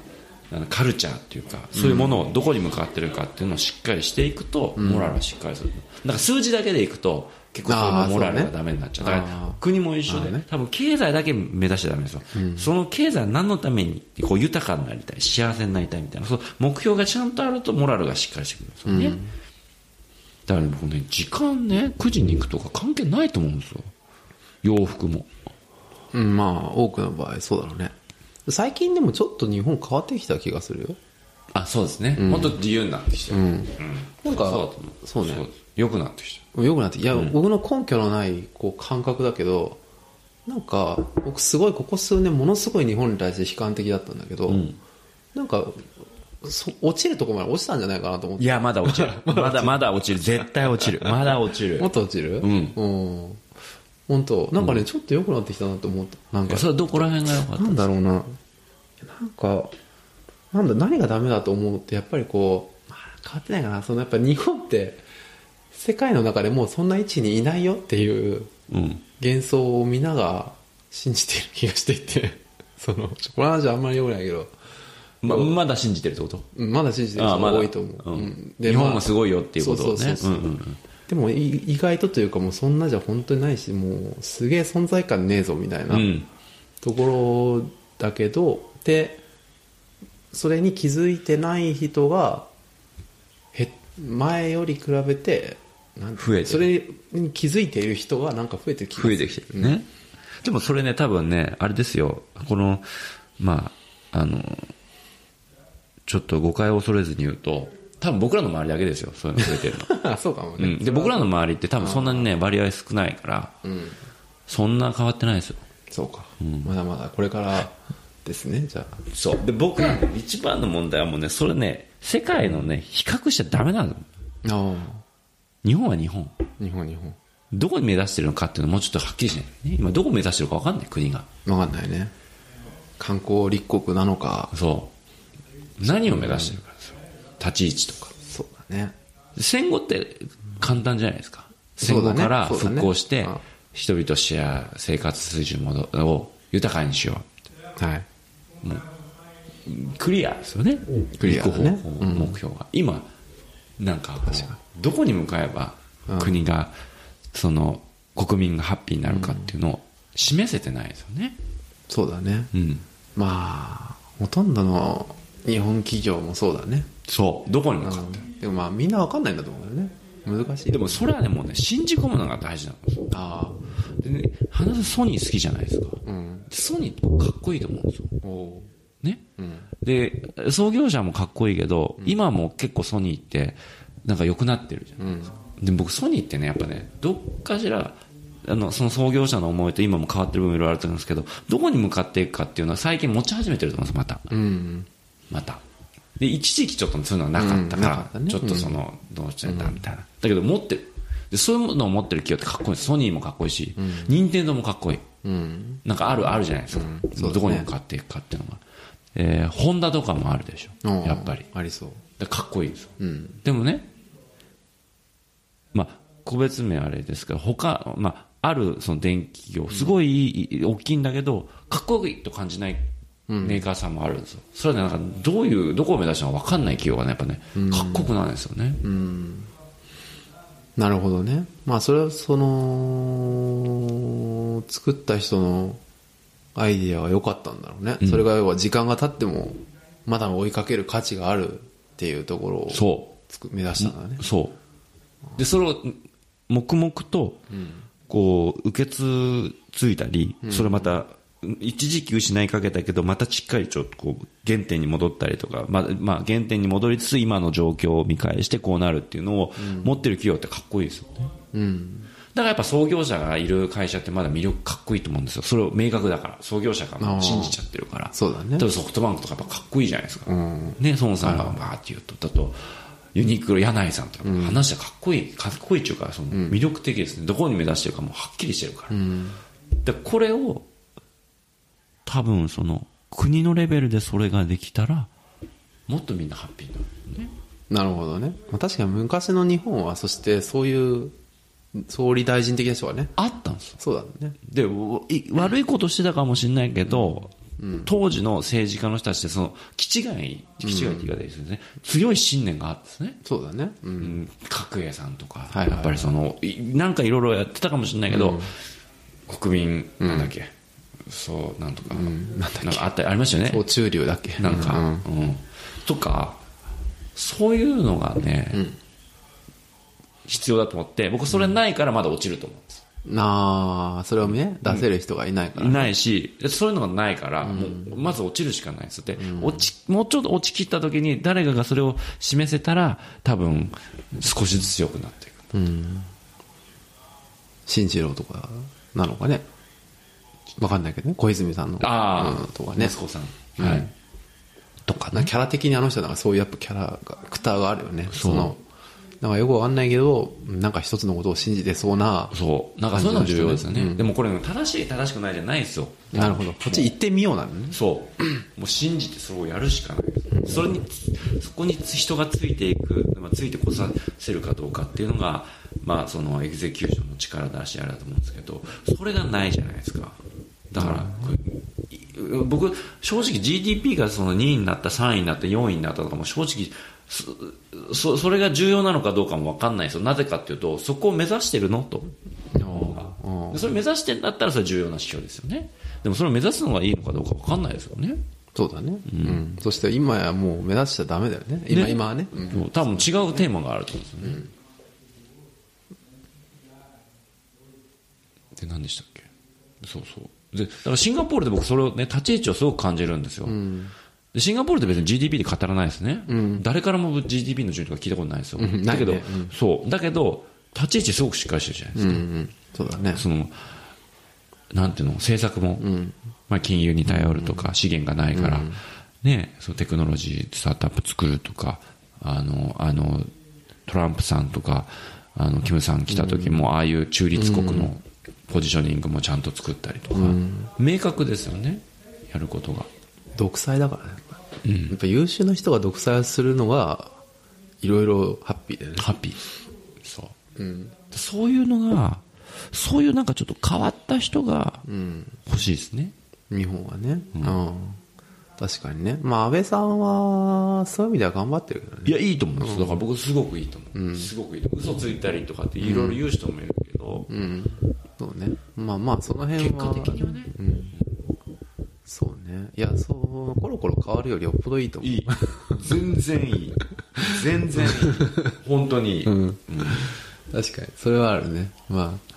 あのカルチャーっていうかそういうものをどこに向かってるかっていうのをしっかりしていくと、モラルはしっかりするなんか数字だけでいくと結構あーモラルそうねがダメになっちゃうだかあら国も一緒で、多分経済だけ目指しちゃダメですよ、その経済は何のためにこう豊かになりたい幸せになりたいみたいなそう目標がちゃんとあるとモラルがしっかりしてくるんですよね、だからね僕ね時間ね9時に行くとか関係ないと思うんですよ洋服もうん、まあ、多くの場合、そうだろうね。最近でもちょっと日本変わってきた気がするよ。あそうですね、もっと自由になってきてる、うんなんかそうだと思うそうね良くなってきてよくなって、いや、僕の根拠のない、こう、感覚だけど、なんか、僕すごい、ここ数年、ものすごい日本に対して悲観的だったんだけど、んなんか、そ落ちるとこまで落ちたんじゃないかなと思っるいて。やまだ落 ちるまだまだ落ちる絶対落ちるまだ落ちるもっと落ちるうん。うん。本当なんかね、ちょっと良くなってきたなと思った。なんか、それはどこら辺が良かったなんだろうな。いやなんか、なんだ、何がダメだと思うって、やっぱりこう、まあ変わってないかな。そのやっぱ日本って、世界の中でもうそんな位置にいないよっていううん幻想を皆が信じてる気がしていて、 その、ちょこの話はあんまり良くないけど、ままだ信じてるってことうんまだ信じてるあ人あまがだ多いと思う。うんうんで日本まあはすごいよっていうことをそうそねうそうそううんうんうんでもい意外とというかもうそんなじゃ本当にないしもうすげえ存在感ねえぞみたいなうんところだけど、でそれに気づいてない人がへ前より比べてなん増えてるそれに気づいている人がなんか増えてる気がす増るえてきてるね、でもそれね多分ねあれですよこのまああのちょっと誤解を恐れずに言うと多分僕らの周りだけですよそういうの増えてるの、あ そうかも うね、ん、で僕らの周りって多分そんなにね割合少ないから、そんな変わってないですよそうか、まだまだこれからですねじゃあそうで僕らの一番の問題はもうねそれね世界のね比較しちゃダメなのあ日本は日本あ日本日本どこに目指してるのかっていうのもうちょっとはっきりしないとね今どこ目指してるか分かんない国がわかんないね観光立国なのかそう何を目指してるかですよ立ち位置とかそうだね戦後って簡単じゃないですかそ戦うだね後からそうだね復興してうん人々シェア生活水準もどを豊かにしよはい。うクリアですよねクリアだね行く方向目標が、今なんかこうどこに向かえば国がその国民がハッピーになるかっていうのを示せてないですよねそうだね。うんまあ、ほとんどの日本企業もそうだね。そうどこに向かってうんでもまあ、みんなわかんないんだと思うよね。難しい。でもそれはねもうね信じ込むのが大事なんですよあでね花田ソニー好きじゃないですかあ、うん。ソニーかっこいいと思うんですよおうねうん。で創業者もかっこいいけど、今も結構ソニーってなんか良くなってるじゃうん、ん。で僕ソニーってねやっぱねどっかしらあのその創業者の思いと今も変わってる部分いろいろあると思うんですけどどこに向かっていくかっていうのは最近持ち始めてると思うんですまたうん。またで一時期ちょっとそういうのはなかったかうんならか、ったねちょっとそのどうしてんだみたいな、だけど持ってるでそういうのを持ってる企業ってかっこいいソニーもかっこいいし、任天堂もかっこいいうん。なんかあるあるじゃないですか、そうですねどこに向かっていくかっていうのが、えーホンダとかもあるでしょおうやっぱり。ありそう。だからかっこいいですよ、うん。でもねまあ個別名あれですけど他、まあ、あるその電気業すごいいい大きいんだけどかっこいいと感じないメーカーさんもあるんですよ、それはねなんかどういうどこを目指したのか分かんない企業がねやっぱねかっこよくないんですよね、なるほどね。まあ、それは、その、作った人のアイディアは良かったんだろうね。それが要は時間が経っても、まだ追いかける価値があるっていうところをそうつく目指したんだね。そうでそれを黙々とこう受け継いだり、それまた一時期失いかけたけどまたしっかりちょっとこう原点に戻ったりとか、まあまあ、原点に戻りつつ今の状況を見返してこうなるっていうのを持ってる企業ってかっこいいですよね、うん。だからやっぱ創業者がいる会社ってまだ魅力かっこいいと思うんですよそれを明確だから創業者がもう信じちゃってるからそうだね例えばソフトバンクとかやっぱかっこいいじゃないですか、うん。ね、孫さんがバーって言うと、だと、ユニクロ、柳井さんとか話したらかっこいい、かっこいいっていうか、その魅力的ですね。どこに目指してるかもはっきりしてるから。で、これを、多分その、国のレベルでそれができたら、もっとみんなハッピーになるよね。なるほどね。まあ、確かに昔の日本は、そしてそういう総理大臣的な人はね、あったんですよそうだね。でおい悪いことしてたかもしれないけど、当時の政治家の人たちってその気違い気違いって言い方ですよね、強い信念があったんですねそうだね。うん。うん角栄さんとか、いはいはいやっぱりそのいなんかいろいろやってたかもしれないけど、国民なんだっけ、そうなんとか、なんかあったありましたよねお中流だっけなんか、ううんとかそういうのがね、必要だと思って僕それないからまだ落ちると思うんですなあ、それをね、出せる人がいないから。いないし、そういうのがないから、もうまず落ちるしかないです。で、落ち、もうちょっと落ち切った時に誰かがそれを示せたら、多分、少しずつ強くなっていく。進次郎とかなのかね。わかんないけどね。小泉さんの。ああ、うんとかね。息子さん。はい。とかなんね。かキャラ的にあの人なんかそういうやっぱキャラが、クターがあるよね。そうその、なんかよくわかんないけど、なんか一つのことを信じてそうな。そう。なんかそういうのも重要ですようね。んでもこれ、正しい正しくないじゃないですよ。なるほど。こっち行ってみようなのね。そう。もう信じてそれをやるしかない。それに、そこに人がついていく、まあ、ついてこさせるかどうかっていうのが、まあ、そのエグゼキューションの力だし、あれだと思うんですけど、それがないじゃないですか。だから、これい僕、正直 GDP がその2位になった、3位になった、4位になったとかも正直、そそそれが重要なのかどうかもわかんないですよ。なぜかっていうと、そこを目指してるのと。うんでそれ目指してんだったらそれ重要な指標ですよね。でもそれを目指すのがいいのかどうかわかんないですよね。そうだね。うん。そして今やもう目指しちゃダメだよね。今、ね今はね。うんもう多分違うテーマがあると思うんですよね。で、何でしたっけそうそう。で、だからシンガポールで僕それをね、立ち位置をすごく感じるんですよ。でシンガポールって別に GDP で語らないですね。誰からも GDP の順位とか聞いたことないですよ。んだけど、ないねそう。だけど、立ち位置すごくしっかりしてるじゃないですか。うんうん。そうだね。その、なんていうの、政策も、まあ、金融に頼るとか、資源がないから、ね、そのテクノロジー、スタートアップ作るとか、あの、あの、トランプさんとか、あの、キムさん来た時も、ああいう中立国のポジショニングもちゃんと作ったりとか、明確ですよね、やることが。独裁だからね。やっぱ優秀な人が独裁をするのが、いろいろハッピーだよね。ハッピー。そう。そういうのが、そういうなんかちょっと変わった人が欲しいですね。日本はね。うん。確かにね。まあ安倍さんは、そういう意味では頑張ってるけどね。いや、いいと思うんですよ。だから僕すごくいいと思う。すごくいいと思う。嘘ついたりとかっていろいろ言う人もいるけど、うん。そうね。まあまあ、その辺結は。果的にはね、そうね。いや、そう、コロコロ変わるよりよっぽどいいと思う。いい。全然いい。全然いい。本当にいい。確かに。それはあるね。まあ、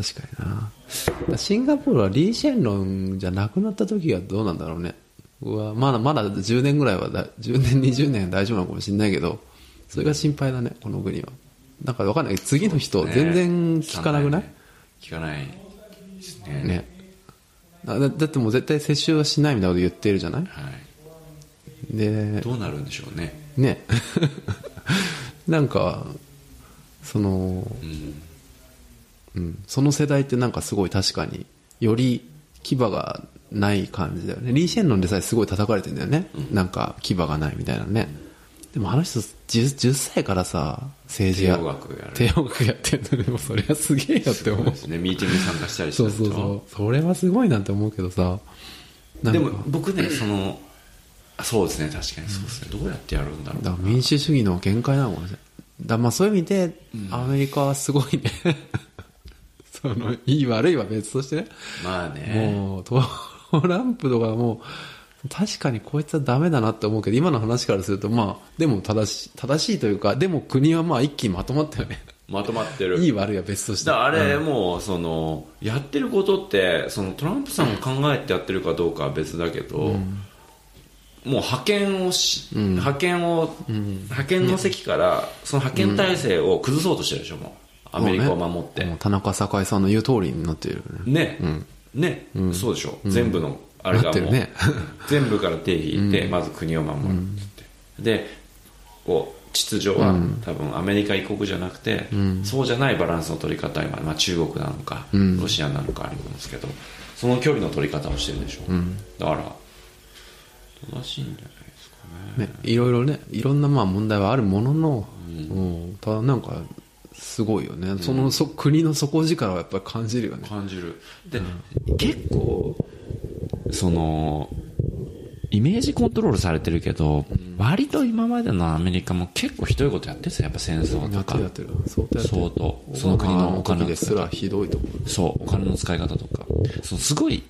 確かにな。だからシンガポールはリー・シェンロンじゃなくなった時はどうなんだろうね。うわ、まだまだ10年ぐらいはだ、10年、20年は大丈夫なのかもしれないけど、それが心配だね、この国は。なんかわかんない。次の人、全然聞かなくない聞かないですね。ね。だだだってもう絶対世襲はしないみたいなこと言ってるじゃないはい。で、どうなるんでしょうね。ね なんかその、うん。うん、その世代ってなんかすごい確かにより牙がない感じだよねリー・シェンロンでさえすごい叩かれてんだよね、なんか牙がないみたいなね、でもあの人 10, 10歳からさ政治帝や王学やる。帝王学やってんのでもそれはすげえよって思そううですね。ミーティングに参加したりしてそるうでそしょうそうそれはすごいなって思うけどさなんかでも僕ね、その、あそうですね、確かにそうですね。どうやってやるんだろうだ。から民主主義の限界なのかもしれないだまあそういう意味でアメリカはすごいね そのいい悪いは別としてね、まあね。もうトランプとかもう確かにこいつはダメだなって思うけど今の話からするとまあでも正しい正しいというかでも国はまあ一気にまとまったよねまとまってる。いい悪いは別としてだからあれ、もうそのやってることってそのトランプさんが考えてやってるかどうかは別だけど、もう派遣をし、派遣を、派遣の席からその派遣体制を崩そうとしてるでしょもうアメリカを守って、もうねもう田中栄さんの言う通りになっているよねね、ね、そうでしょ、全部のあれながってもるう、ね 全部から手引いて、まず国を守るっつって、でこう秩序は、多分アメリカ一国じゃなくて、そうじゃないバランスの取り方今、まあ、中国なのか、ロシアなのかあるんですけどその距離の取り方をしてるでしょ、だから正しいんじゃないですかね。ね、いろいろねいろんなまあ問題はあるものの、うんただなんかすごいよね、そのそ国の底力はやっぱり感じるよね感じる。で、結構、その、イメージコントロールされてるけど、割と今までのアメリカも結構ひどいことやってるんですよ、やっぱ戦争やとっかてる。やってる相当やってる相当。その国のお金時ので使すいら方。ひどいと思そう、お金の使い方とか。そのすごい、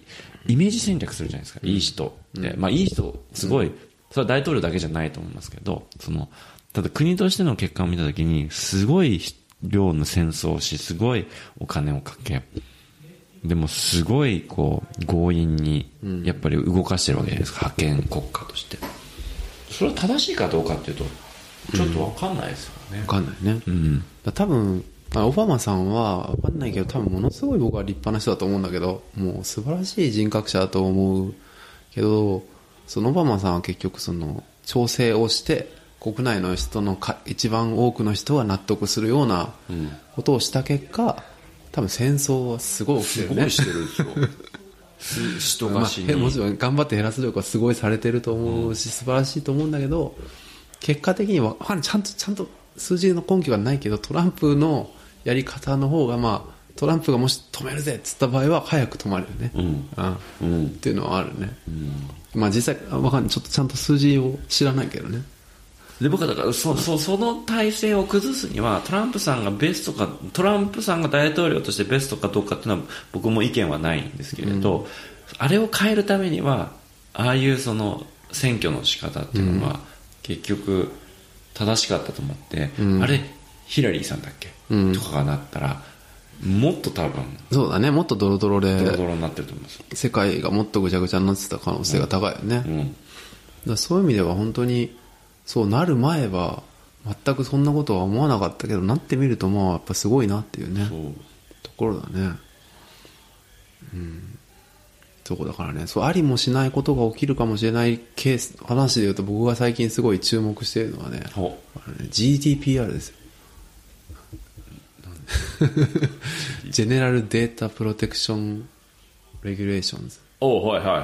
イメージ戦略するじゃないですか、いい人って。まあ、いい人、すごい、それは大統領だけじゃないと思いますけど、その、ただ国としての結果を見たときに、すごい量の戦争をし、すごいお金をかけ、でもすごい、こう、強引に、やっぱり動かしてるわけじゃないですか、覇権国家として。それは正しいかどうかっていうと、ちょっとわかんないですようね分。かんないね、うん。だ多分あオバマさんは分かんないけど多分ものすごい僕は立派な人だと思うんだけどもう素晴らしい人格者だと思うけどそのオバマさんは結局その調整をして国内の人のか一番多くの人が納得するようなことをした結果多分戦争はすごい起きてするごねいしてるんですよ。 す人まがあ死へもちろん頑張って減らす努力はすごいされてると思うし、素晴らしいと思うんだけど結果的にはわかんないちゃんとちゃんと数字の根拠がないけどトランプのやり方の方が、まあ、トランプがもし止めるぜっつった場合は早く止まるよね、んあうんっていうのはあるね、まあ、実際わかんないちょっとちゃんと数字を知らないけどねで僕はだからそそその体制を崩すにはトランプさんがベストかトランプさんが大統領としてベストかどうかっていうのは僕も意見はないんですけれど、あれを変えるためにはああいうその選挙の仕方っていうのは結局正しかったと思って、んあれヒラリーさんだっけ、うんとかがなったらもっと多分そうだねもっとドロドロドロドでロになってると思うんですよ、世界がもっとぐちゃぐちゃになってた可能性が高いよね、うんだからそういう意味では本当にそうなる前は全くそんなことは思わなかったけどなってみるとまあやっぱすごいなっていうねそうところだねうんそこだからねそうありもしないことが起きるかもしれないケース話で言うと僕が最近すごい注目しているのはねほあのね GDPR ですよジェネ ラルデータプロテクションレギュレーションズおうはいはいはい、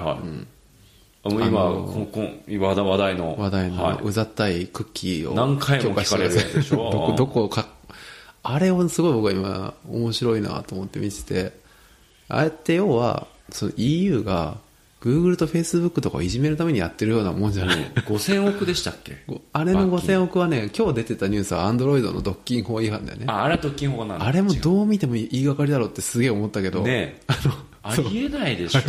あもう今、あのこんこん今話題の話題のはいうざったいクッキーを何回も聞かれるやつでしょ どこどこをかあれをすごい僕は今面白いなと思って見ててああやって要はその EU が Google と Facebook とかをいじめるためにやってるようなもんじゃない、 5000億でしたっけあれの罰金5000億はね今日出てたニュースは Android の独禁法違反だよねあああれは特権法なんだれも違どう見ても言いがかりだろうってすげえ思ったけうど、ねえありえないでしょ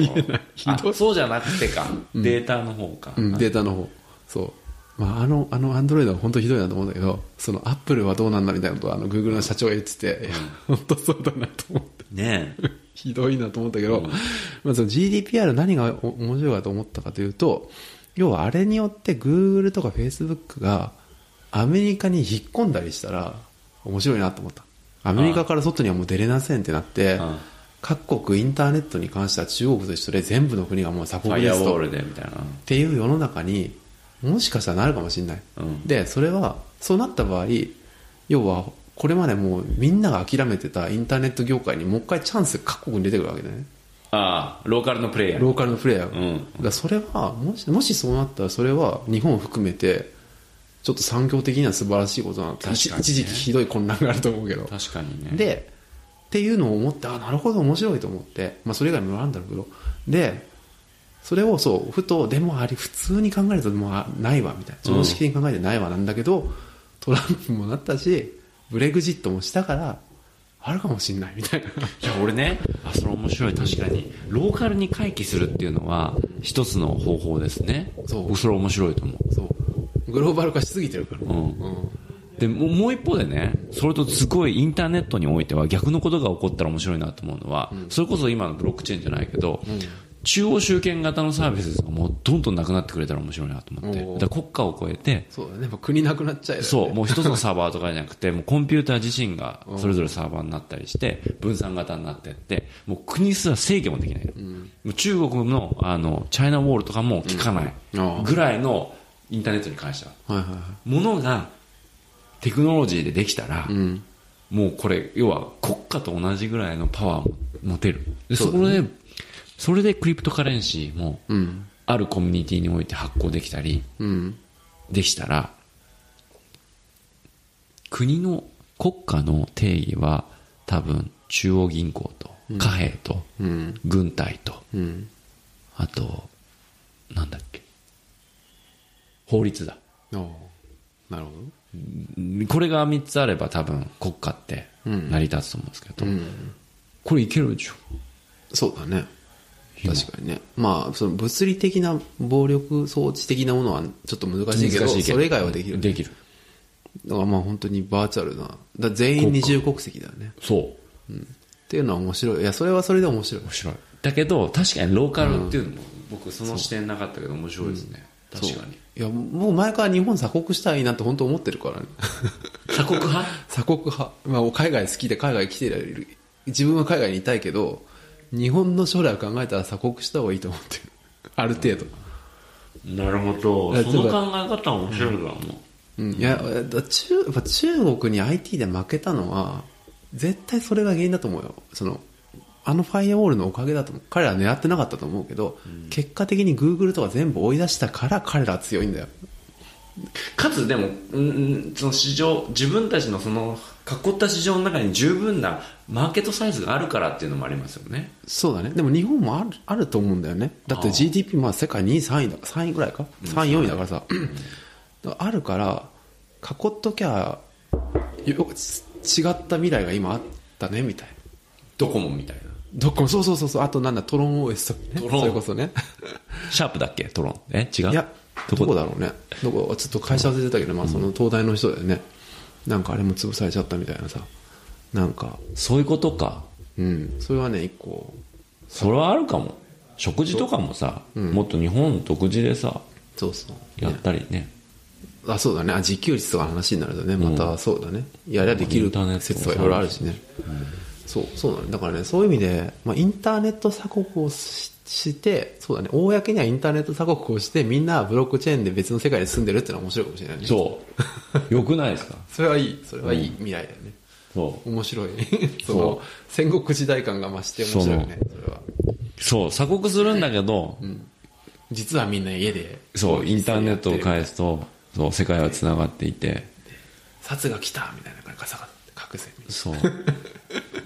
あそうじゃなくてか、データの方か、うん、データの方そう、まあ、あのあのアンドロイドは本当ひどいなと思うんだけどそのアップルはどうなんだみたいなことをあのグーグルの社長が言ってて、いや 本当そうだなと思って ねえひどいなと思ったけど、まあ、その GDPR 何がお面白いかと思ったかというと要はあれによって Google とか Facebook がアメリカに引っ込んだりしたら面白いなと思ったアメリカから外にはもう出れませんってなってうん各国インターネットに関しては中国と一緒で全部の国がもう鎖ファ国イでアウすォーとルでみたいなっていう世の中にもしかしたらなるかもしれない、うんでそれはそうなった場合要はこれまでもうみんなが諦めてたインターネット業界にもう一回チャンス各国に出てくるわけだよねああローカルのプレイヤーローカルのプレイヤーが、うんだからそれはもしもしそうなったらそれは日本を含めてちょっと産業的には素晴らしいことなんだ確かにね一一時期ひどい混乱があると思うけど確かにねでっていうのを思ってあなるほど面白いと思って、まあ、それ以外もあるんだろうけどでそれをそうふとでもあり普通に考えるともうあないわみたいな常識的に考えてないわなんだけど、トランプもなったしブレグジットもしたからあるかもしんないみたいないや俺ねあそれ面白い確かにローカルに回帰するっていうのは一つの方法ですねそう僕それ面白いと思うそうグローバル化しすぎてるから、うんうんでもうもう一方でねそれとすごいインターネットにおいては逆のことが起こったら面白いなと思うのは、それこそ今のブロックチェーンじゃないけど、中央集権型のサービスがもうどんどんなくなってくれたら面白いなと思ってだおーから国家を超えてそうだねもう国なくなっちゃえばねそうもう一つのサーバーとかじゃなくてもうコンピューター自身がそれぞれサーバーになったりして分散型になってってもう国すら制御もできない、もう中国のあのチャイナウォールとかも効かないうんあーぐらいのインターネットに関しては。はいはいはものがテクノロジーでできたら、いうんもうこれ要は国家と同じぐらいのパワーも持てるでそそうだこでそれでクリプトカレンシーもうんあるコミュニティにおいて発行できたり、うんでしたら、国の国家の定義は多分中央銀行と貨幣とうん軍隊と、うんあと、なんだっけ。法律だ。ああなるほこれが3つあれば多分国家ってうん成り立つと思うんですけど、どうんこれいけるでしょ。そうだね今確かにねまあその物理的な暴力装置的なものはちょっと難しいけどそれ以外はできるできる。だからまあ本当にバーチャルなだから全員二重国籍だよねそう。っていうのは面白いいやそれはそれで面白い面白い。だけど、確かにローカルっていうのも、僕その視点なかったけど面白いですね。確かに。いやもう前から日本鎖国したいなって本当思ってるからね 鎖国派鎖国派、まあ、海外好きで海外来てられる自分は海外にいたいけど日本の将来を考えたら鎖国した方がいいと思ってるある程度、 なるほど。えその考え方面白いからもう。うん、いやだ中やっぱ中国に IT で負けたのは絶対それが原因だと思うよそのあのファイアウォールのおかげだと思う彼ら狙ってなかったと思うけど、結果的に Google とか全部追い出したから彼らは強いんだよかつでも、うんうん、その市場自分たちのその囲った市場の中に十分なマーケットサイズがあるからっていうのもありますよねそうだねでも日本もあるあると思うんだよねだってああ GDP まあ世界2位3位だ3位ぐらいか3位4位だからさ、だからあるから囲っときゃよ違った未来が今あったねみたいなドコモみたいどこもそうそうそうそうあとなんだトロン OS とかねトロンそれこそねなシャープだっけトロンえ違ういやどこだろうねどこちょっと会社忘れてたけど、まあ、その東大の人だよねなんかあれも潰されちゃったみたいなさなんかそういうことかうんそれはね一個それはあるかも食事とかもさ、もっと日本独自でさそうそうやったりねあそうだねあ自給率とかの話になるとねまたそうだね、やりゃできイるンターネット説とかいろいろあるしね、そうそうだねだからねそういう意味で、まあ、インターネット鎖国をししてそうだね公にはインターネット鎖国をしてみんなブロックチェーンで別の世界で住んでるってのは面白いかもしれないねそう よくないですかそれはいいそれはいい未来だよね、そう面白いそそうの戦国時代感が増して面白いよねそれはそう鎖国するんだけど、実はみんな家でそうインターネットを返すとそう世界はつながっていて札が来たみたいな感じでガサガサって隠せみたいな そう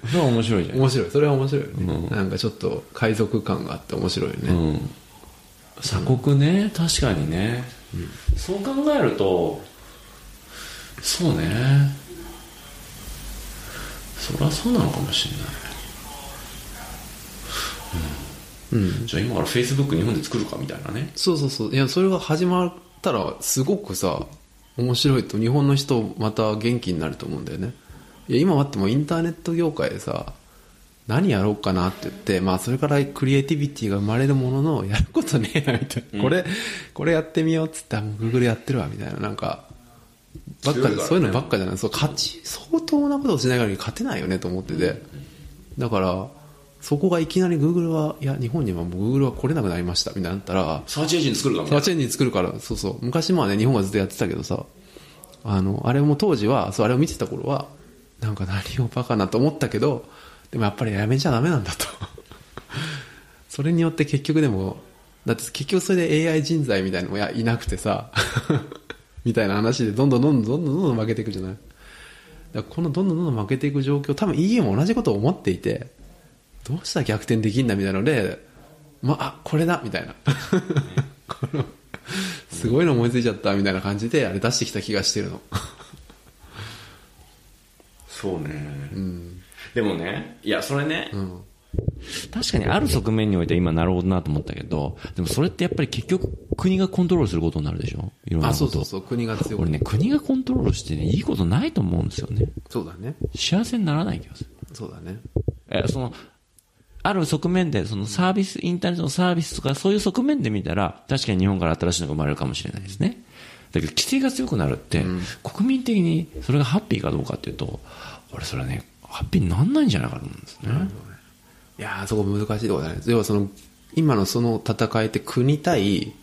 それは面白いじゃん面白いそれは面白いよね、なんかちょっと海賊感があって面白いよね、うん、鎖国ね確かにね、そう考えるとそうねそりゃそうなのかもしれない、うんじゃあ今からフェイスブック日本で作るかみたいなねそうそうそういやそれが始まったらすごくさ面白いと日本の人また元気になると思うんだよねいや今待ってもインターネット業界でさ何やろうかなって言って、まあ、それからクリエイティビティが生まれるもののやることねえなみたいな、これこれやってみようっつってあもう Google やってるわみたいななんかばっか強いからでねそういうのばっかじゃないそう勝ち相当なことをしない限り勝てないよねと思っててだからそこがいきなり Google はいや日本にはもう Google は来れなくなりましたみたいになったらサーチエンジン作るかみサーたいなチエンジン作るから、そうそう。昔まあね、日本がずっとやってたけどさ、あの、あれも当時は、そう、あれを見てた頃は、なんか何をバカなと思ったけど、でもやっぱりやめちゃダメなんだと。 それによって結局でも、だって結局それで AI 人材みたいのもいやいなくてさ、 みたいな話でどんどんどんどんどんどん負けていくじゃない。だからこのどんどんどんどん負けていく状況、多分 EU も同じことを思っていて、どうしたら逆転できんだみたいなので、まあ、これだみたいな。このすごいの思いついちゃったみたいな感じであれ出してきた気がしてるの。そうね、うん。でもねいやそれね、うん。確かにある側面においては今なるほどなと思ったけどでもそれってやっぱり結局国がコントロールすることになるでしょいろんなあ、ことそうそうそう、国が強俺く。ね、国がコントロールしてね、いいことないと思うんですよね。そうだね。幸せにならない気がする。そうだね。え、その、ある側面で、そのサービス、インターネットのサービスとか、そういう側面で見たら、確かに日本から新しいのが生まれるかもしれないですね。だけど、規制が強くなるって、国民的にそれがハッピーかどうかっていうと、俺それはね、ハッピーになんないんじゃないかと思うんですね。いやー、そこ難しいとこだね。要はその、今のその戦いって国対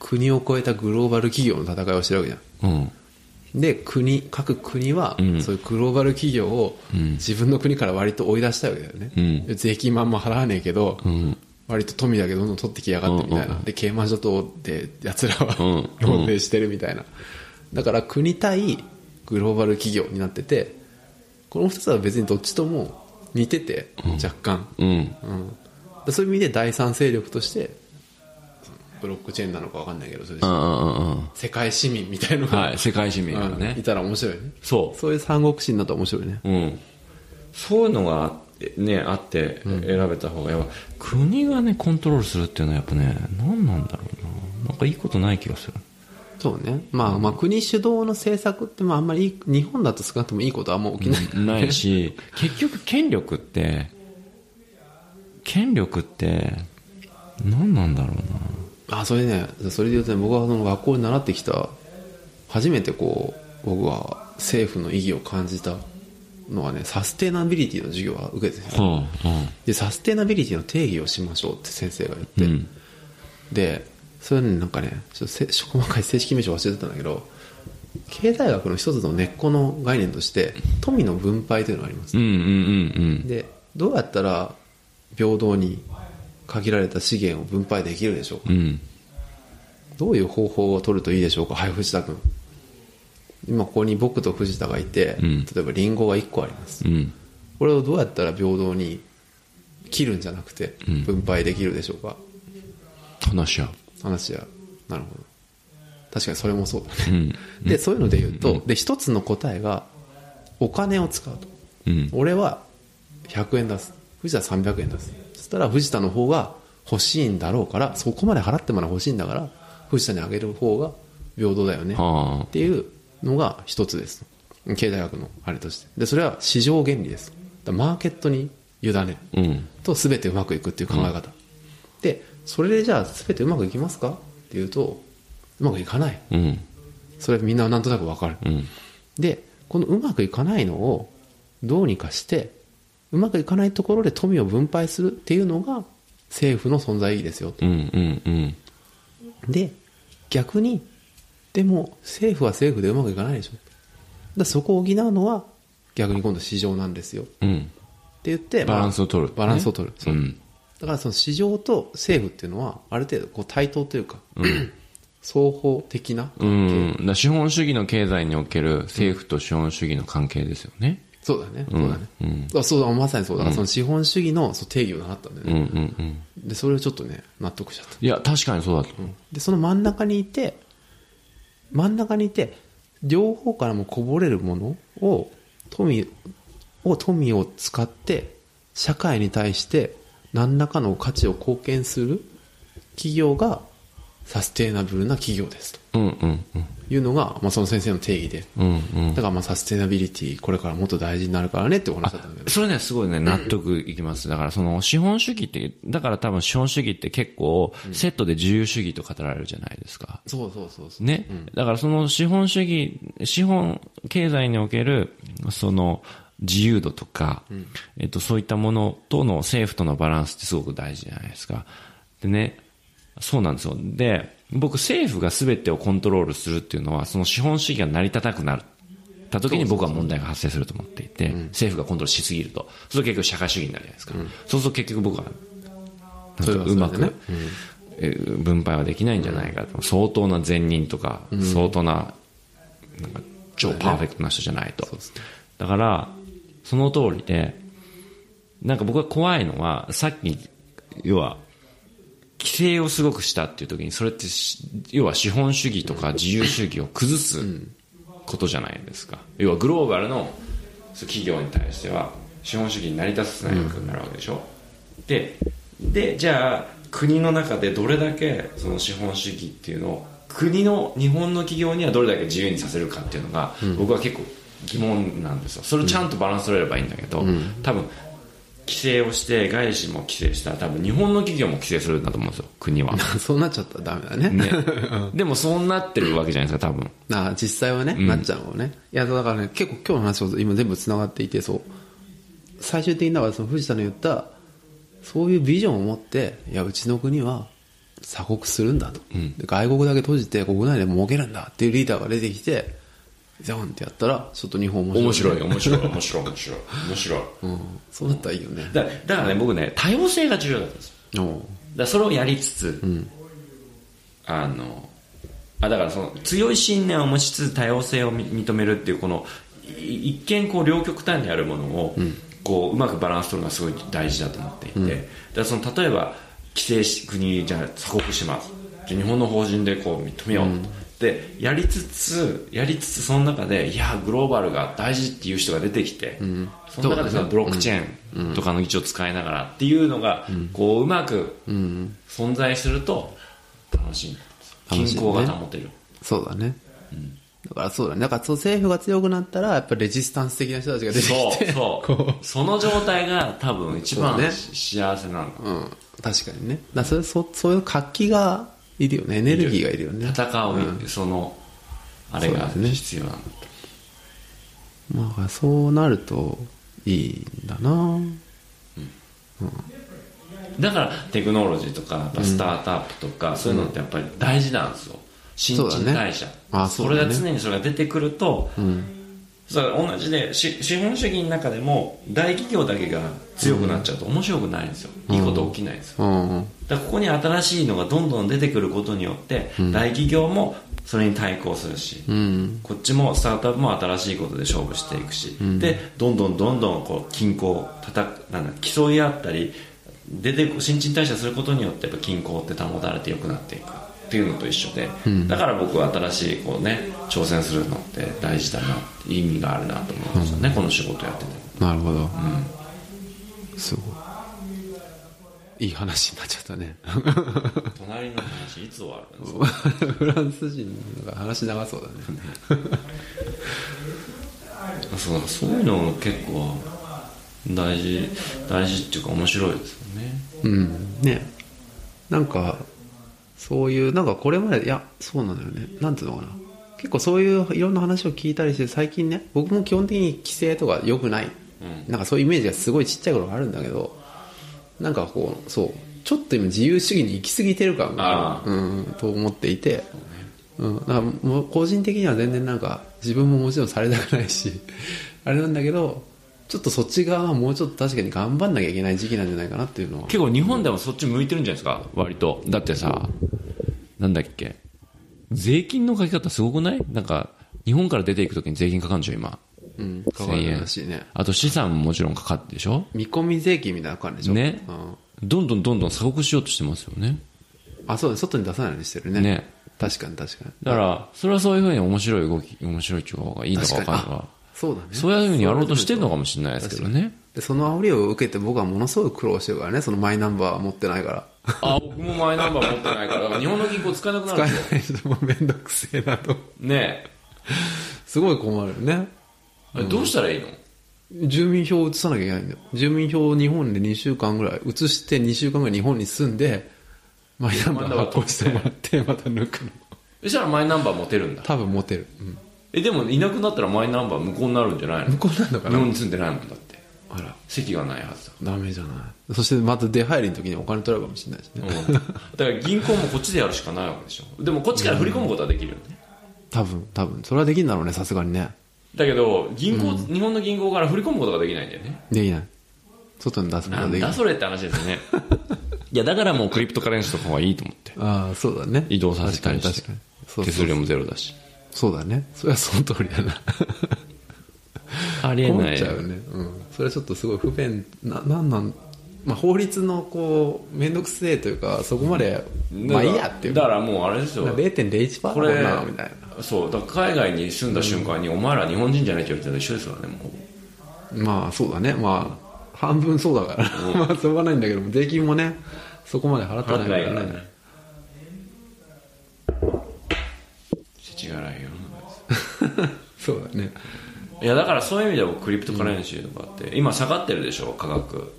国を超えたグローバル企業の戦いをしてるわけじゃん。うん。で、国、各国は、んそういうグローバル企業を自分の国から割と追い出したわけだよね。うん税金もあんま払わねえけど、うん。割と富だけどどんどん取ってきやがってみたいな、うんうんうんでケイマン諸島でやつらはうんうん論命してるみたいなだから国対グローバル企業になっててこの2つは別にどっちとも似てて若干、うん。うんでそういう意味で第三勢力としてそのブロックチェーンなのか分かんないけどそれでうんうんうんうん。世界市民みたいなのが、はい、世界市民うがんいね。たら面白いねそそういう三国志になったら面白いねう。うん。そういうのが、ね、あって選べた方がやっぱ、国がね、コントロールするっていうのはやっぱね、何なんだろうな。なんかいいことない気がする。そうね、まあ、まあ国主導の政策ってまああんまりいい日本だと少なくともいいことはあんま起きないから、ないし、結局権力って、権力って、何なんだろうな。あそれねそれで言うとね僕はその学校に習ってきた初めてこう僕は政府の意義を感じたのはねサステナビリティの授業は受けてたうん、でサステナビリティの定義をしましょうって先生が言って、うん。うん。でそれはねなんかねちょっとせ細かい正式名称忘れてたんだけど経済学の一つの根っこの概念として富の分配というのがありますうんうんうんでどうやったら平等に限られた資源を分配できるでしょうかうん。うん。どういう方法を取るといいでしょうかはい藤田君今ここに僕と藤田がいて、うん例えばリンゴが1個ありますうん。これをどうやったら平等に切るんじゃなくてうん分配できるでしょうか、話し合う。話やなるほど確かにそれもそうだねうん。でそういうので言うと、で一つの答えがお金を使うとうん。俺は100円出す藤田は300円出すそしたら藤田の方が欲しいんだろうからそこまで払ってもらう欲しいんだから藤田にあげる方が平等だよねっはていうのが一つです経済学のあれとしてでそれは市場原理ですだからマーケットに委ねるあ。うん。と全てうまくいくっていう考え方、でそれでじゃあ全てうまくいきますかっていうとうまくいかないうん。それみんななんとなくわかるうん。でこのうまくいかないのをどうにかしてうまくいかないところで富を分配するっていうのが政府の存在意義ですようんうんうん。で逆にでも政府は政府でうまくいかないでしょだからそこを補うのは逆に今度市場なんですよってうん。言ってバランスを取る。バランスを取るねうん。だからその市場と政府っていうのはある程度こう対等というか、 双方的なうん。だから資本主義の経済における政府と資本主義の関係ですよね。そうだねそうだね、あそうだまさにそうだ、からその資本主義のそう定義を習ったんだようんね、うんうん。でそれをちょっとね納得しちゃったいや、確かにそうだと思う。でその真ん中にいて真ん中にいて両方からもこぼれるものを富を富を使って社会に対して何らかの価値を貢献する企業がサステイナブルな企業ですとうんうんうん。いうのが、まあ、その先生の定義でうんうんだ。からまあサステイナビリティこれからもっと大事になるからねってお話だったんだけどそれね、すごいね、納得いきます。だから、その、資本主義って、だから多分資本主義って結構、セットで自由主義と語られるじゃないですか。そうそうそうそう、ね。だから、その資本主義、資本経済における、その、自由度とか、えっと、そういったものとの政府とのバランスってすごく大事じゃないですか。でね、そうなんですよ。で、僕、政府が全てをコントロールするっていうのは、その資本主義が成り立たなくなる。た時に僕は問題が発生すると思っていて、政府がコントロールしすぎると。そうすると結局社会主義になるじゃないですか。そうすると結局僕は、それはそれでねうまく、えー分配はできないんじゃないかと。相当な善人とか、相当な、なんか、超パーフェクトな人じゃないと。だから、その通りで、なんか僕が怖いのは、さっき、要は、規制をすごくしたっていう時に、それってし、要は資本主義とか自由主義を崩すことじゃないですか。要はグローバルのそう企業に対しては、資本主義に成り立たせないようになるわけでしょ。で、で、じゃあ、国の中でどれだけその資本主義っていうのを、国の日本の企業にはどれだけ自由にさせるかっていうのが、僕は結構疑問なんですよ。それをちゃんとバランス取れればいいんだけど、多分、規制をして外資も規制したら多分日本の企業も規制するんだと思うんですよ国は、そうなっちゃったらダメだねね、でも そうなってるわけじゃないですか多分なあ実際はね、なっちゃうのねいやだからね結構今日の話と今全部つながっていてそう最終的にだからその藤田の言ったそういうビジョンを持っていやうちの国は鎖国するんだと、で外国だけ閉じて国内で儲けるんだっていうリーダーが出てきてザーンってやったらちょっと日本面白い,、面白い面白い面白い面白い面白いうん、そうなったらいいよねだだからね僕ね多様性が重要だったんですよおうだからそれをやりつつ、んあのあだからその強い信念を持ちつつ多様性を認認めるっていうこのい一見こう両極端にあるものを、こううまくバランス取るのがすごい大事だと思っていて、だからその例えば規制し国じゃあ鎖国しますじゃあ日本の法人でこう認めようと。でやりつつやりつつその中でいやグローバルが大事っていう人が出てきて、その中でそのブロックチェーンとかの技術を使いながらっていうのが、こううまく存在すると楽しい楽均しいね衡が保てる、そうだね、だからそうだねだからそう政府が強くなったらやっぱレジスタンス的な人たちが出てきそてうそ こうその状態が多分一番そうねし幸せなのう、うん、確かにねだからそれそそういう活気がいるよねエネルギーがいるよね戦う、そのあれそうがですね必要なんだまあそうなるといいんだなだからテクノロジーとかやっぱスタートアップとか、そういうのってやっぱり大事なんですよ新そう陳だね代謝あそうだねれが常にそれが出てくると、それ同じでし資本主義の中でも大企業だけが強くなっちゃうと面白くないんですよ、いいこと起きないんですよ、うんだからここに新しいのがどんどん出てくることによって、大企業もそれに対抗するし、うんこっちもスタートアップも新しいことで勝負していくし、でどんどんどんどんこう均衡叩くなんだ競い合ったり出てこ新陳代謝することによってやっぱ均衡って保たれて良くなっていくっていうのと一緒で、だから僕は新しいこう、ね、挑戦するのって大事だなって意味があるなと思いましたね、この仕事やっててなるほど、すごいいい話になっちゃったね 隣の話いつ終わるんですかフランス人が話長そうだねそうそういうの結構大事大事っていうか面白いですよねうんねなんかそういうなんかこれまでいやそうなんだよねなんていうのかな結構そういういろんな話を聞いたりして最近ね僕も基本的に規制とか良くない、なんかそういうイメージがすごいちっちゃい頃があるんだけどなんかこうそうちょっと今自由主義に行き過ぎてる感があるうん、と思っていてうん、だからもう個人的には全然なんか自分ももちろんされたくないしあれなんだけどちょっとそっち側はもうちょっと確かに頑張んなきゃいけない時期なんじゃないかなっていうのは結構日本でもそっち向いてるんじゃないですか割とだってさなんだっけ税金のかけ方すごくないなんか日本から出ていく時に税金かかるんでしょ今うん、かかるらしいねあと資産ももちろんかかってでしょ見込み税金みたいな感じでしょねうん、どんどんどんどん鎖国しようとしてますよねあそうだね外に出さないようにしてるねね確かに確かにだからそれはそういうふうに面白い動き面白いっていうかいいのか分かんない確かにがそうだねそういうふうにやろうとしてるのかもしれないですけどねでその煽りを受けて僕はものすごい苦労してるからねそのマイナンバー持ってないからあ僕もマイナンバー持ってないからだから日本の銀行使えなくなるんですよ使えない人もめんどくせえなとねすごい困るよねえ、どうしたらいいの住民票を移さなきゃいけないんだよ住民票を日本で2週間ぐらい移して2週間ぐらい日本に住んでマイナンバー発行してもらってまた抜くのそしたらマイナンバー持てるんだ多分持てる、うん、えでもいなくなったらマイナンバー無効になるんじゃないの向こうなのか日な本に住んでないもんだってあら席がないはずだダメじゃないそしてまた出入りの時にお金取られるかもしれないしね、うんだから銀行もこっちでやるしかないわけでしょでもこっちから振り込むことはできるよね多分多分それはできるんだろうねさすがにねだけど銀行、日本の銀行から振り込むことができないんだよねできない外に出すことなはんできなだいそれって話ですよね いやだからもうクリプトカレンシーとかはいいと思ってああそうだね移動させたりして確かに確かにそう手そ数う料もゼロだしそうだねそれはその通りだなありえ困なっいちゃうね、うん、それはちょっとすごい不便ななんなん、まあ、法律のこう面倒くせえというかそこまでまあいいやっていうだからもうあれですよ0.01%だこもんれなみたいそうだから海外に住んだ瞬間に、お前ら日本人じゃないって言われたら一緒ですからねもうなまあそうだねまあ半分そうだから、 まあしょうがないんだけども税金もねそこまで払って払っないてなかいかららねね世知辛い世の中ですそうだねいやだからそういう意味では僕クリプトカレンシーとかって、今下がってるでしょ価格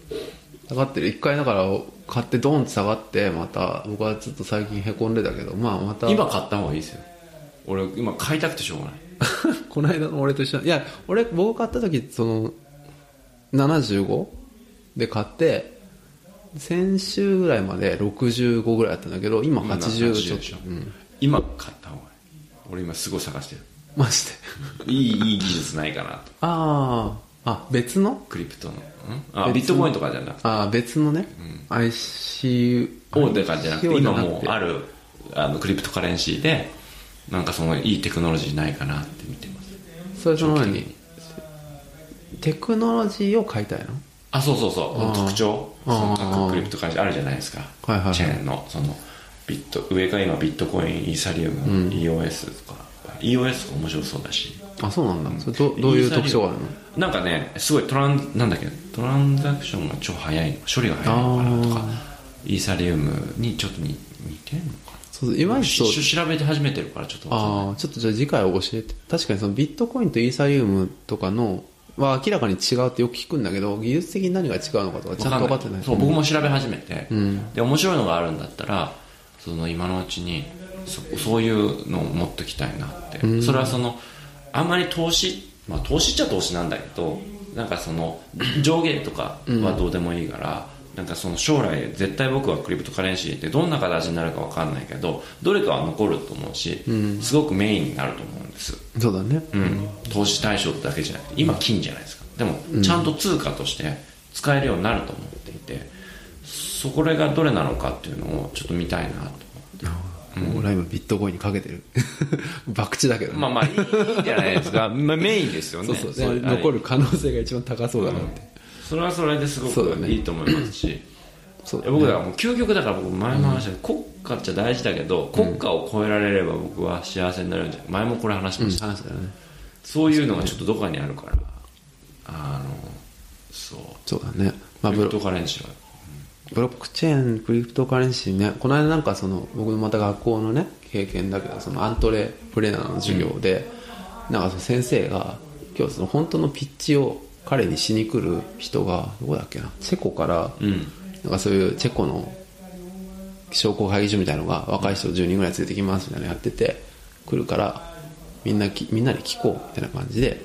下がってる一回だから買ってドンって下がってまた僕はちょっと最近へこんでたけどまあまた今買った方がいいですよ俺今買いたくてしょうがない この間の俺と一緒にいや俺僕買った時その75で買って先週ぐらいまで65ぐらいだったんだけど今今80 80でちしょょっと、うん、今買った方がいい俺今すごい探してる マジでいいいい技術ないかなとあああ別のクリプトのん別あのビットコインとかじゃなくてあ別のね、ICO 大手かじゃなくて ICO じゃ今なくてもうあるあのクリプトカレンシーでなんかそのいいテクノロジーないかなって見てますそれその前にテクノロジーを買いたいのあそうそうそう特徴あそのー各クリプトカレンシーあるじゃないですかはいはいはいチェーンのそのビット上が今ビットコインイーサリウム、EOS とか EOS とか面白そうだしあそうなんだ、それどどういう特徴があるのなんかねすごいトランなんだっけトランザクションが超早いの処理が早いのかなとかイーサリウムにちょっとに似てんのかそういなわゆる一そう緒調べて始めてるからちょっとわかんないああちょっとじゃあ次回教えて確かにそのビットコインとイーサリウムとかのは明らかに違うってよく聞くんだけど技術的に何が違うのかとかちゃんと分かってないそう僕も調べ始めて、で面白いのがあるんだったらその今のうちにそそういうのを持っときたいなって、それはそのあんまり投資、まあ、投資っちゃ投資なんだけどなんかその上下とかはどうでもいいから、なんかその将来絶対僕はクリプトカレンシーってどんな形になるか分かんないけどどれかは残ると思うし、すごくメインになると思うんですそうだねうん、投資対象だけじゃなくて今金じゃないですかでもちゃんと通貨として使えるようになると思っていてそこれがどれなのかっていうのをちょっと見たいなと俺は今ビットコインにかけてる 博打だけどね、まあまあいいいいじゃないで すか、まあ、メインですよねそうそうれで残る可能性が一番高そうだなって、それはそれですごそうだくねいいと思いますし、そうだね僕だからもう究極だから僕前の話で国家っちゃ大事だけど国家を超えられれば僕は幸せになるんじゃない前もこれ話しました、話だよねそういうのがちょっとどこかにあるからあのそうそうだね、まあ、クブリロプトカレンシーはブロックチェーンクリプトカレンシーねこの間なんかその僕のまた学校のね経験だけどそのアントレプレナーの授業で、なんかその先生が今日その本当のピッチを彼にしに来る人がどこだっけなチェコから、うんなんかそういうチェコの商工会議所みたいなのが若い人を10人ぐらい連れてきますみたいなのやってて来るからみんなきみんなに聞こうみたいな感じで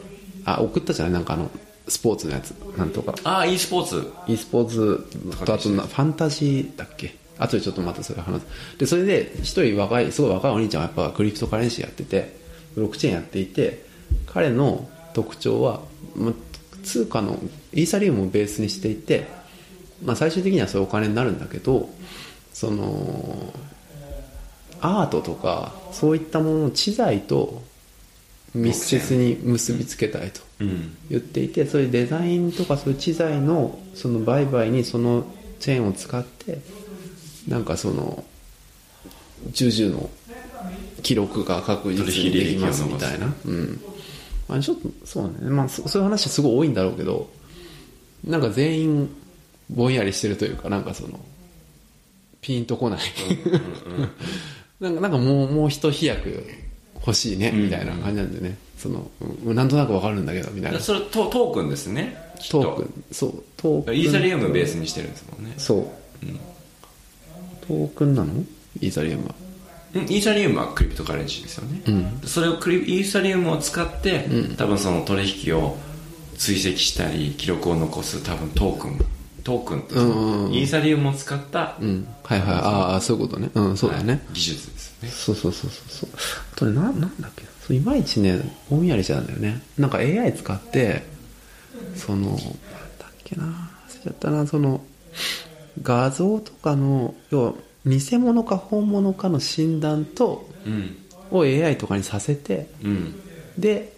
あ送ったじゃないなんかあのスポーツのやつなんとかああ e スポーツ e スポーツとあとなファンタジーだっけあとでちょっとまたそれ話すでそれで一人若いすごい若いお兄ちゃんがやっぱクリプトカレンシーやっててブロックチェーンやっていて彼の特徴は、まあ、通貨のイーサリウムをベースにしていて、まあ、最終的にはそういうお金になるんだけどそのアートとかそういったものを知財と密接に結びつけたいと。うん言っていてそういうデザインとかそういう知財のその売買にそのチェーンを使ってなんかその重々の記録が確実にできますみたいな、うんまあ、ちょっとそうね、まあ、そそういう話すごい多いんだろうけどなんか全員ぼんやりしてるというかなんかそのピンとこない なんかなんかもうもう一飛躍欲しいねみたいな感じなんでね、そのうんなんとなくわかるんだけどみたいなそれトトークンですねきっとトークンそうトークンイーサリウムベースにしてるんですもんねそう、トークンなのイーサリウムはうんイーサリウムはクリプトカレンシーですよね、それをクリイーサリウムを使って、多分その取引を追跡したり記録を残す多分トークントークンって、うんうんうんイーサリウムを使った、うんはいはいああそういうことねうんそうだね、技術ですねそうそうそうそうそうあとねななんだっけなそういまいちねぼんやりしてたんだよねなんか AI 使ってそのなんだっけな忘れちゃったなその画像とかの要は偽物か本物かの診断とうんを AI とかにさせてうんで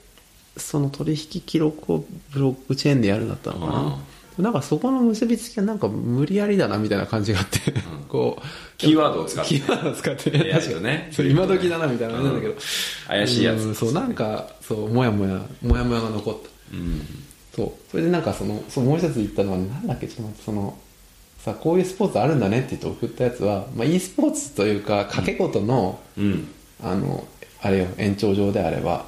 その取引記録をブロックチェーンでやるんだったのかなあなんかそこの結びつきがなんか無理やりだなみたいな感じがあって、こうキーワードを使ってキーワードを使って、 AI 確かとにねそれ今時だなみたいな感じなんだけど、うん怪しいやつうんそうなんかそうもやもやもやもやが残ったうんそうそれでなんかそのそうもう一つ言ったのはなんだっけちょっと待ってそのさこういうスポーツあるんだねって言って送ったやつは、まあ、e スポーツというか掛け事の、うんあのあれよ延長上であれば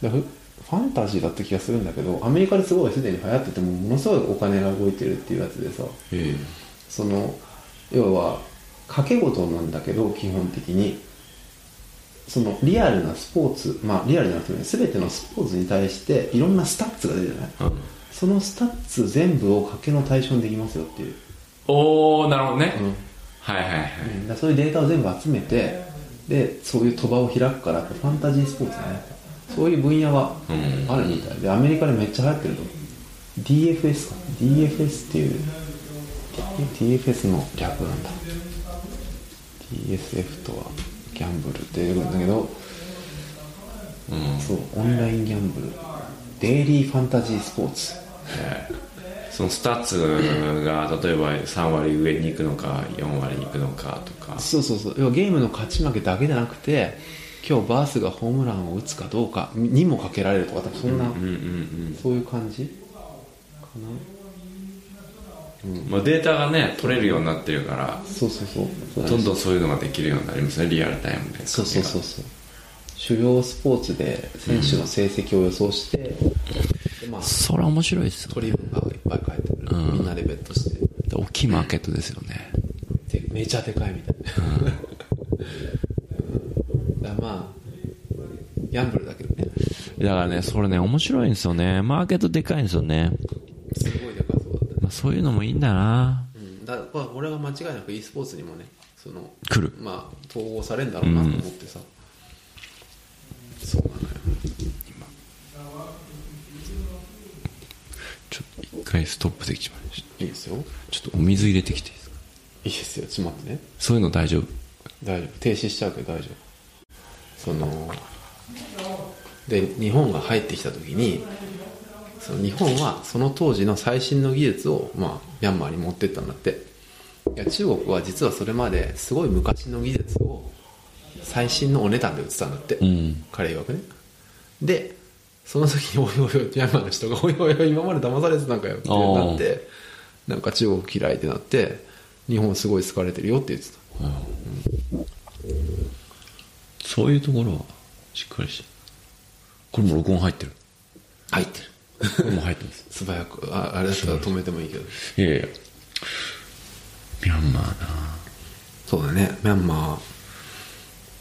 だフファンタジーだった気がするんだけどアメリカですごいすでに流行っててもうものすごいお金が動いてるっていうやつでさえその要は賭け事なんだけど基本的にそのリアルなスポーツまあリアルじゃなくてもいい全てのスポーツに対していろんなスタッツが出るじゃないえうんそのスタッツ全部を賭けの対象にできますよっていう、おおなるほどね、うんはいはいはいだからそういうデータを全部集めてでそういう賭場を開くからファンタジースポーツだねそういう分野があるみたいでアメリカでめっちゃ流行ってると DFS か DFS っていう DFS の略なんだ DSF とはギャンブルって出てくるんだけど、そうオンラインギャンブルデイリーファンタジースポーツそのスタッツが例えば3割上に行くのか4割に行くのかとかそうそうそう要はゲームの勝ち負けだけじゃなくて今日バースがホームランを打つかどうかにもかけられるとか多分そんうな、んうんそういう感じかなうん、まあ、データがね取れるようになってるからそうそうそうそうどんどんそういうのができるようになりますねリアルタイムでそうそうそうそう主要スポーツで選手の成績を予想して、でまあそれ面白いですよ取り分がいっぱい返ってくる、みんなでベットして大きいマーケットですよねでめちゃでかいみたいな、うん だからまあギャンブルだけどねだからねそれね面白いんですよねマーケットでかいんですよね、すごいでかそうだったね、まあ、そういうのもいいんだなうん、だから俺は間違いなく e スポーツにもねその来るまあ統合されるんだろうなと思ってさ、そうなのよちょっと一回ストップできちまいましたいいですよいちょっとお水入れてきていいですかいですよちょっと待ってねそういうの大丈夫大丈夫停止しちゃうけど大丈夫そので日本が入ってきた時にその日本はその当時の最新の技術を、まあ、ミャンマーに持ってったんだっていや中国は実はそれまですごい昔の技術を最新のお値段で売ってたんだって、うん彼曰くねでその時に おいおいおいミャンマーの人がおいおいおい今まで騙されてたんかよってなってなんか中国嫌いってなって日本すごい好かれてるよって言ってたそういうところはしっかりしてこれも録音入ってる入ってるこれも入ってます 素早くああれだったら止めてもいいけどいやいやミャンマーなそうだねミャンマー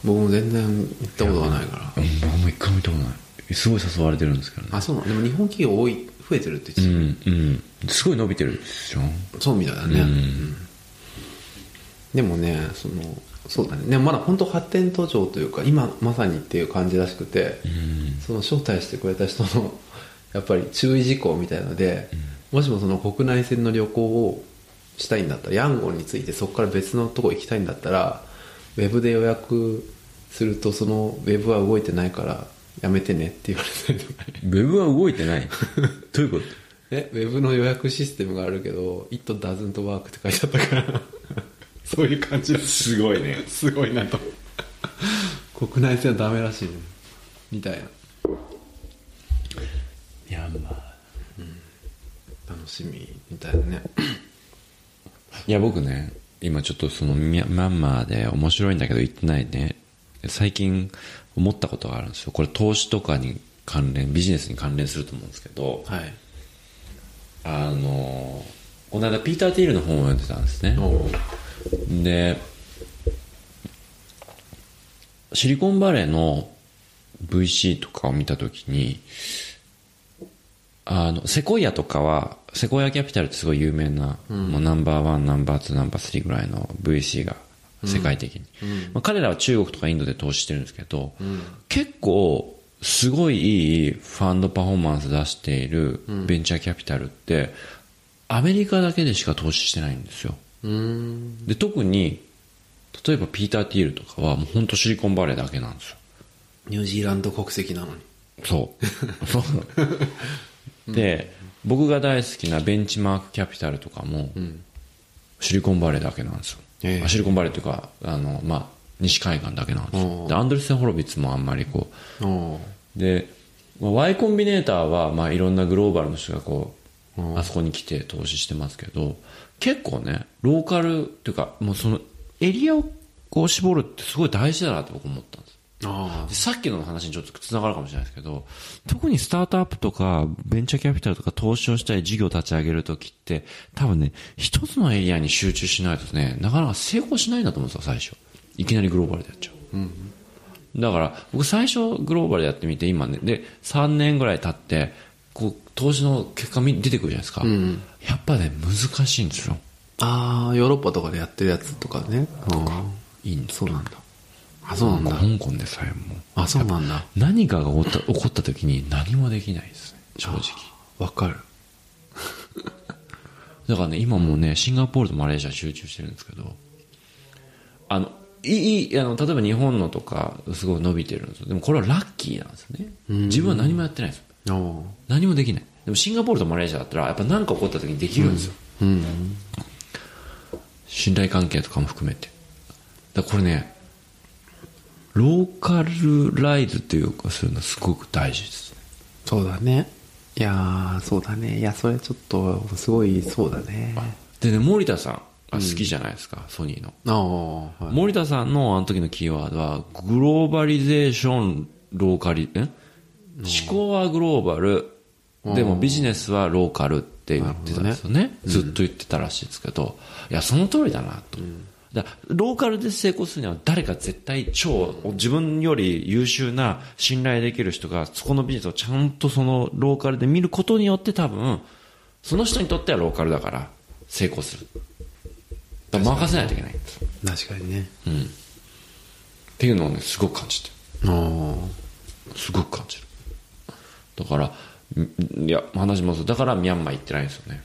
僕も全然行ったことがないからうんあんま一回も見たことないすごい誘われてるんですけどねあそうなのでも日本企業多い増えてるって言うってんうんすごい伸びてるでしょた、そうみたいだね、うんうんでもねそのそうだねでもまだ本当発展途上というか今まさにっていう感じらしくて、うんその招待してくれた人の やっぱり注意事項みたいので、もしもその国内線の旅行をしたいんだったらヤンゴンについてそこから別のとこ行きたいんだったらウェブで予約するとそのウェブは動いてないからやめてねって言われたりとかね ウェブは動いてないどういうことえウェブの予約システムがあるけど「It doesn't work」って書いてあったから そういう感じですすごいね すごいなと国内線はダメらしいねみたいなミャンマー楽しみみたいなねいや僕ね今ちょっとそのミャミャンマーで面白いんだけど行ってないね最近思ったことがあるんですよこれ投資とかに関連ビジネスに関連すると思うんですけどはいあのこの間ピーター・ティールの本を読んでたんですねおうでシリコンバレーの VC とかを見たときにあのセコイアとかはセコイアキャピタルってすごい有名な、もうナンバーワンナンバーツーナンバースリーぐらいの VC が世界的に、まあ、彼らは中国とかインドで投資してるんですけど、結構すごいいいファンドパフォーマンス出しているベンチャーキャピタルってアメリカだけでしか投資してないんですよ、うーんで特に例えばピーター・ティールとかはもう本当シリコンバレーだけなんですよニュージーランド国籍なのにそう そうで僕が大好きなベンチマークキャピタルとかも、シリコンバレーだけなんですよ、ええあシリコンバレーというかあの、まあ、西海岸だけなんですおようでアンドレスセン・ホロビッツもあんまりこうおで、まあ Y コンビネーターは、まあ、いろんなグローバルの人がこう、うんあそこに来て投資してますけど、結構ね、ローカルっていうか、もうそのエリアをこう絞るってすごい大事だなって僕思ったんです。あでさっきの話にちょっと繋がるかもしれないですけど、特にスタートアップとか、ベンチャーキャピタルとか投資をしたり事業を立ち上げるときって、多分ね、一つのエリアに集中しないとね、なかなか成功しないんだと思うんですよ、最初。いきなりグローバルでやっちゃう。だから、僕最初グローバルでやってみて、今ね、で、3年ぐらい経って、こう、投資の結果見出てくるじゃないですか。やっぱね、難しいんですよ。ああヨーロッパとかでやってるやつとかねいいんですそうなんだあそうなんだ香港でさえも。あそうなんだ何かが起こった起こった時に何もできないですね、正直。わかるだからね、今もうね、シンガポールとマレーシア集中してるんですけど、あの、いいいい、あの、例えば日本のとか、すごい伸びてるんですよ。でもこれはラッキーなんですよね。自分は何もやってないんですよ。あー何もできない。でもシンガポールとマレーシアだったら、やっぱ何か起こった時にできるんですよ。信頼関係とかも含めて。だからこれね、ローカルライズっていうか、そういうのすごく大事ですね。そうだねいやーそうだねいやそれちょっとすごいそうだねでね、森田さんが好きじゃないですか、ソニーの。ああ、はい、森田さんのあの時のキーワードは、グローバリゼーション、ローカリ、ん思考はグローバル、でもビジネスはローカルって言ってたんですよね。ずっと言ってたらしいですけど、いや、その通りだなと。だからローカルで成功するには誰か絶対超自分より優秀な信頼できる人がそこのビジネスをちゃんとそのローカルで見ることによって多分その人にとってはローカルだから成功するだから任せないといけない確かにねっていうのをねすごく感じてああるすごく感じるだからんいや話もそうだからミャンマー行ってないんですよね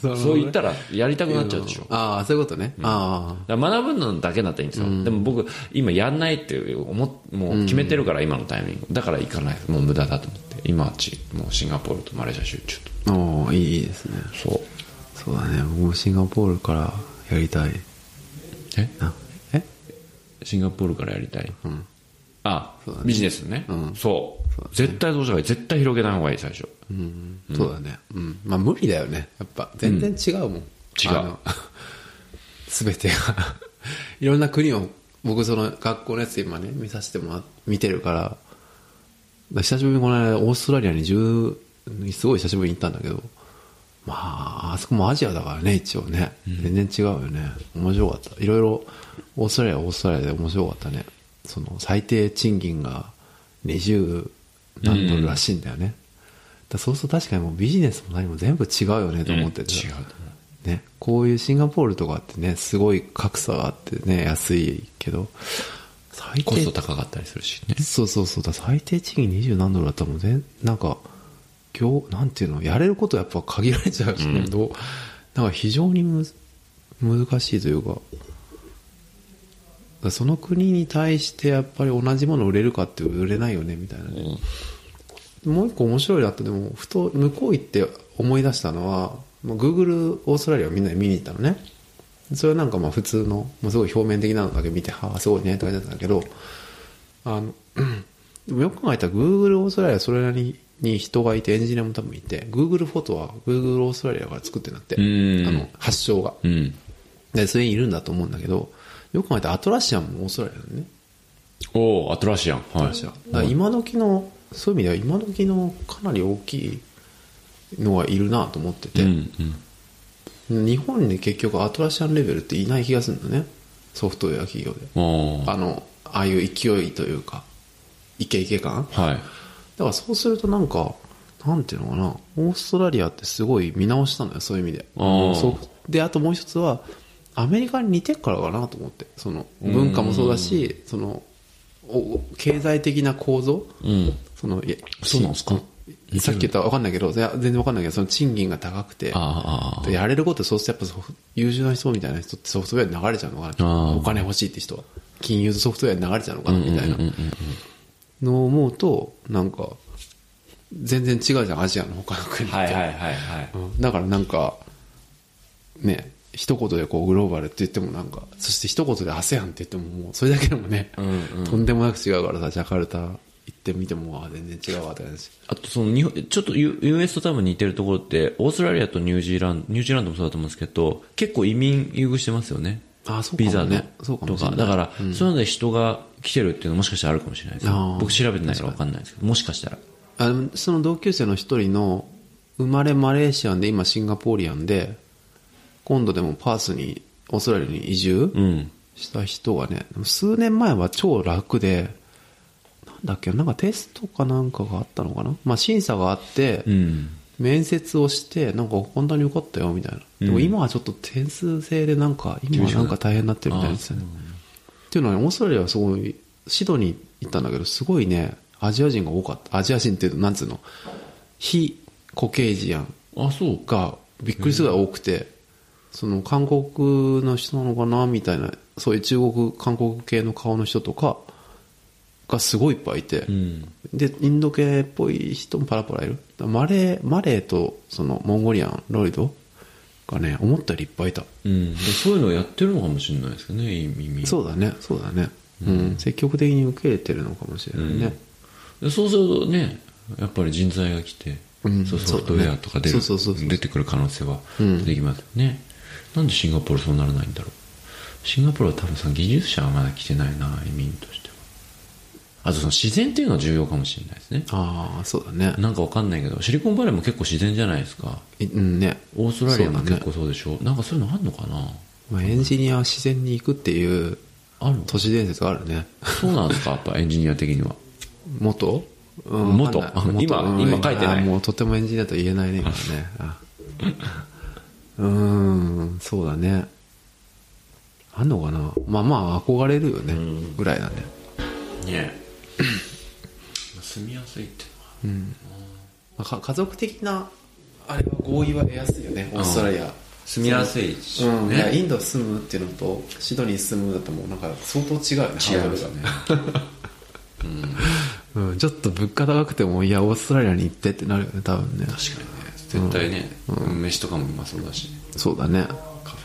そうそう言ったらやりたくなっちゃうでしょだかああそういうことね、あら学ぶのだけだったらいいんですよ、でも僕今やんないって思っもう決めてるから今のタイミングだから行かないもう無駄だと思って今はちもうシンガポールとマレーシア集中とあおーいいいいですねそうそうだね僕もシンガポールからやりたいえなえシンガポールからやりたい、あそうだねビジネスね、そう絶対そうした方がいい絶対広げない方がいい最初うん、そうだねうんまあ無理だよねやっぱ全然違うもん、違うあの 全てが いろんな国を僕その学校のやつ今ね見させてもら見てるから久しぶりにこの間オーストラリアに10すごい久しぶりに行ったんだけどまああそこもアジアだからね一応ね全然違うよね面白かったいろいろオーストラリアはオーストラリアで面白かったねその最低賃金が20何ドルらしいんだよね、だそうすると確かにもうビジネスも何も全部違うよねと思ってて、うん違うと思ね、こういうシンガポールとかってねすごい格差があってね安いけど最コ低スト高かったりするしねそうそうそうだ最低賃金20何ドルだったらもん全なんか今日なんていうのやれることやっぱ限られちゃうしね、どうなんか非常にむず難しいというかだからその国に対してやっぱり同じもの売れるかって売れないよねみたいなね、もう一個面白いなとでもふと向こう行って思い出したのはもう Google オーストラリアをみんなで見に行ったのねそれはなんかまあ普通のもうすごい表面的なのだけ見てはあすごいねって感じだったんだけどあの でもよく考えたら Google オーストラリアはそれなりに人がいてエンジニアも多分いて Google フォトは Google オーストラリアから作ってなってあんの発祥がうんでそれにいるんだと思うんだけどよく考えたらアトラシアンもオーストラリアだよねおおアトラシアンはいだから今時のそういう意味では今時のかなり大きいのがいるなと思ってて、うん日本に結局アトラシアンレベルっていない気がするんだねソフトウェア企業でうんおーあのああいう勢いというかイケイケ感はいだからそうするとなんかなんていうのかなオーストラリアってすごい見直したのよそういう意味であーそうであともう一つはアメリカに似てっからかなと思ってその文化もそうだしそのお経済的な構造うんそのいやそうなんですかさっき言ったら分かんないけどいや全然分かんないけどその賃金が高くてあーあーやれることそうするとやっぱソフ優秀な人みたいな人ってソフトウェアに流れちゃうのかなーお金欲しいって人は金融とソフトウェアに流れちゃうのかなみたいなうんうんうんのを思うとなんか全然違うじゃんアジアの他の国って、はいはいはいはいうんだからなんかね一言でこうグローバルって言ってもなんかそして一言で ASEAN って言ってももうそれだけでもね、とんでもなく違うからさジャカルタ行ってみてもあ全然違うわって話あとその日本ちょっと U- US と多分似てるところってオーストラリアとニュージーランドニュージーランドもそうだと思うんですけど結構移民優遇してますよねあそうかもねビザのそうかもとしれかないだから、そういうので人が来てるっていうのもしかしたらあるかもしれないですあー僕調べてないから分かんないですけどもしかしたらあでもその同級生の一人の生まれマレーシアンで今シンガポリアンで今度でもパースにオーストラリアに移住うんした人がね、でも数年前は超楽でなんだっけなんかテストかなんかがあったのかな、まあ、審査があって、うん面接をしてなんかこんなに受かったよみたいな、でも今はちょっと点数制でなんか今はなんか大変になってるみたいですよねっていうのはねオーストラリアはすごいシドニー行ったんだけどすごいねアジア人が多かったアジア人っていうとなんつうの非コケージアンあそうかびっくりするぐらい多くてその韓国の人なのかなみたいなそういう中国韓国系の顔の人とかがすごいいっぱいいて、でインド系っぽい人もパラパラいるだマレーマレーとそのモンゴリアンロイドがね思ったよりいっぱいいたうん、そういうのをやってるのかもしれないですけどね耳そうだねそうだね、うん積極的に受け入れてるのかもしれないね、でそうするとねやっぱり人材が来て、うんそうソフトウェアとか出るそうだねそうそうそうそう出てくる可能性はうんできますよね、なんでシンガポールそうならないんだろうシンガポールは多分その技術者がまだ来てないな移民としてはあとその自然っていうのは重要かもしれないですねああそうだねなんかわかんないけどシリコンバレーも結構自然じゃないですかいうんねオーストラリアもそうだね結構そうでしょ、なんかそういうのあんのかなまあ、エンジニアは自然に行くっていうある都市伝説があるねそうなんですかやっぱエンジニア的には元、うん元わかんあない今うん今書いてないあもうとてもエンジニアと言えないね今ねあうーんそうだねあんのかなまあまあ憧れるよねぐらいだねね住みやすいってまあか家族的なあれは合意は得やすいよねオーストラリア住みやすいしうん、いやねインド住むっていうのとシドニー住むだともうなんか相当違うよね違いますね うん、ちょっと物価高くてもいやオーストラリアに行ってってなるよね多分ね確かにね絶対ね、飯とかも今そうだしねそうだね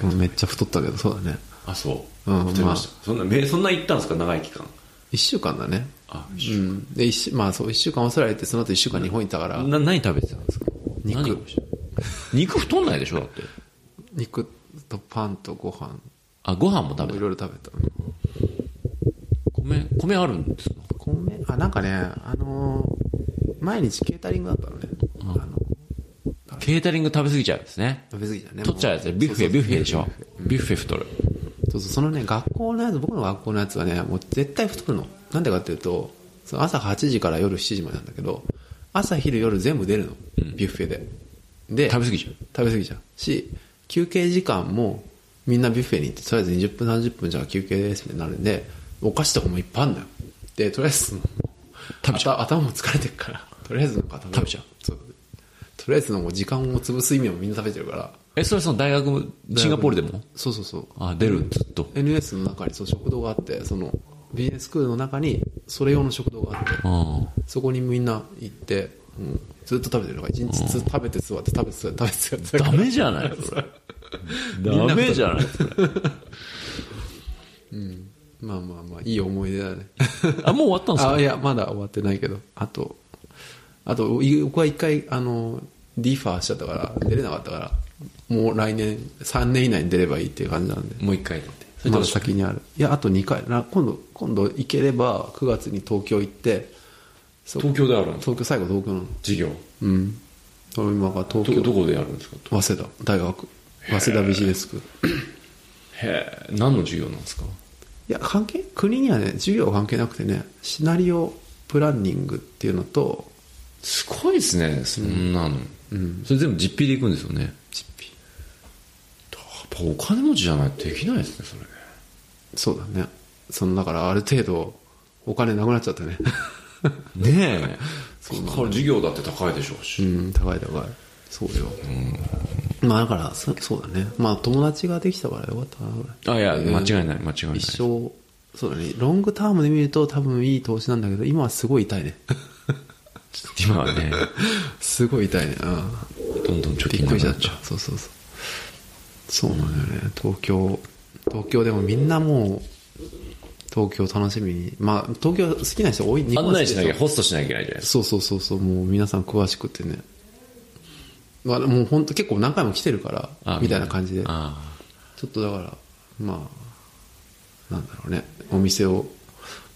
うんめっちゃ太ったけどそうだねあそう、うん太りました、そんなめそんな行ったんですか長い期間1週間だねあうんで一週まあそう1週間オーストラリア行ってその後1週間日本行ったからな何食べてたんですか肉何が美味しい肉太んないでしょだって肉とパンとご飯 あご飯も食べいたろいろ食べた米米あるんですか米あなんかねあのー毎日ケータリングだったのね、あのケータリング食べ過ぎちゃうんですね食べ過ぎだね取っちゃうやつもねビュッフそうェそうビュッフェでしょビュッフェ太るそうそうそのね学校のやつ僕の学校のやつはねもう絶対太るのなんでかっていうとその朝8時から夜7時までなんだけど朝昼夜全部出るの、ビュッフェでで食べ過ぎちゃう食べ過ぎちゃうし休憩時間もみんなビュッフェに行ってとりあえず20分30分じゃあ休憩ですみたいになるんでお菓子とかもいっぱいあるのよでとりあえずその食べちあた頭も疲れてるからとりあえずなんか食べ食べちゃうそうとりあえずのもう時間を潰す意味もみんな食べてるからえそれその大学もシンガポールでもそうそうそうあ出るずっと NS の中にその食堂があってそのビジネススクールの中にそれ用の食堂があってあそこにみんな行って、うん、ずっと食べてるのが一日ずっと食べて座って食べて座って食べて座ってダメじゃないそれ みんなダメじゃないそれまあまあまあいい思い出だねあもう終わったんですあかいやまだ終わってないけどあとあとい僕は一回あのディファーしちゃったから出れなかったからもう来年3年以内に出ればいいっていう感じなんでもう一回だってそれまだどうし先にあるいやあと2回な今度今度行ければ9月に東京行ってそ東京であるんですか東京最後東京なの授業うん俺今が東ど京どこでやるんですか早稲田大学早稲田ビジネススクールへえ何の授業なんですかいや関係国にはね授業は関係なくてねシナリオプランニングっていうのとすごいですねそんなのそれ全部実費でいくんですよね実費やっぱお金持ちじゃないとできないですねそれねそうだねそのだからある程度お金なくなっちゃったね ねえこれ授業だって高いでしょうし、うん高い高いそうよ、まあだからそそうだねまあ友達ができたからよかったかなぐらいあいや間違いない間違いない一生そうだねロングタームで見ると多分いい投資なんだけど今はすごい痛いね今はねすごい痛いねうんどんどん貯び金っなくりくしちなゃっったちゃうそうそうそうそうなんだよね東京東京でもみんなもう東京楽しみにまあ東京好きな人多い日案は好き内でししなょきゃホストしなきゃいけないじゃないですかそうそうそうそうもう皆さん詳しくてねまあもう本当結構何回も来てるからあみたいな感じでちょあっとだからまあなんだろうねお店を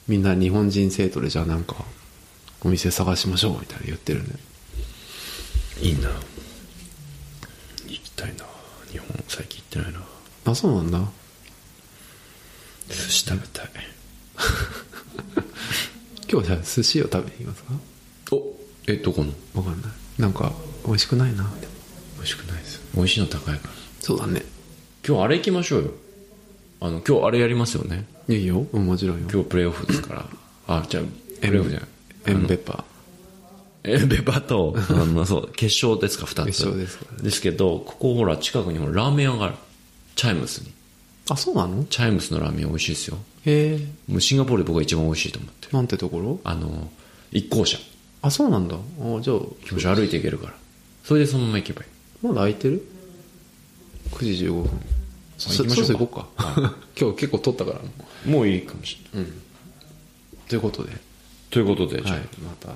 みんな日本人生徒でじゃあなんかお店探しましょうみたいな言ってるねあいいな行きたいな日本最近行ってないなあそうなんだ寿司食べたい今日じゃあ寿司を食べに行きますかおえどこのわかんないなんか美味しくないなでも美味しくないです美味しいの高いからそうだね今日あれ行きましょうよあの今日あれやりますよねいいようんもちろんよ今日プレーオフですからあじゃあプレーオフじゃないエンベッパーえー、ベパと、あの、そう、決勝ですか、二つ。決勝ですかですけど、ここほら、近くにほら、ラーメン屋がある。チャイムスに。あそうなのチャイムスのラーメン美味しいですよ。へえもうシンガポールで僕が一番美味しいと思ってる。なんてところあの、一向車。あそうなんだあじゃあ気持ち歩いていけるから。それでそのまま行けばいい。まだ空いてる ?9 時15分そ行きまそしょうかろそろ行こうか今日結構撮ったからもうもういいかもしれない。ということでということで、じゃはあいまた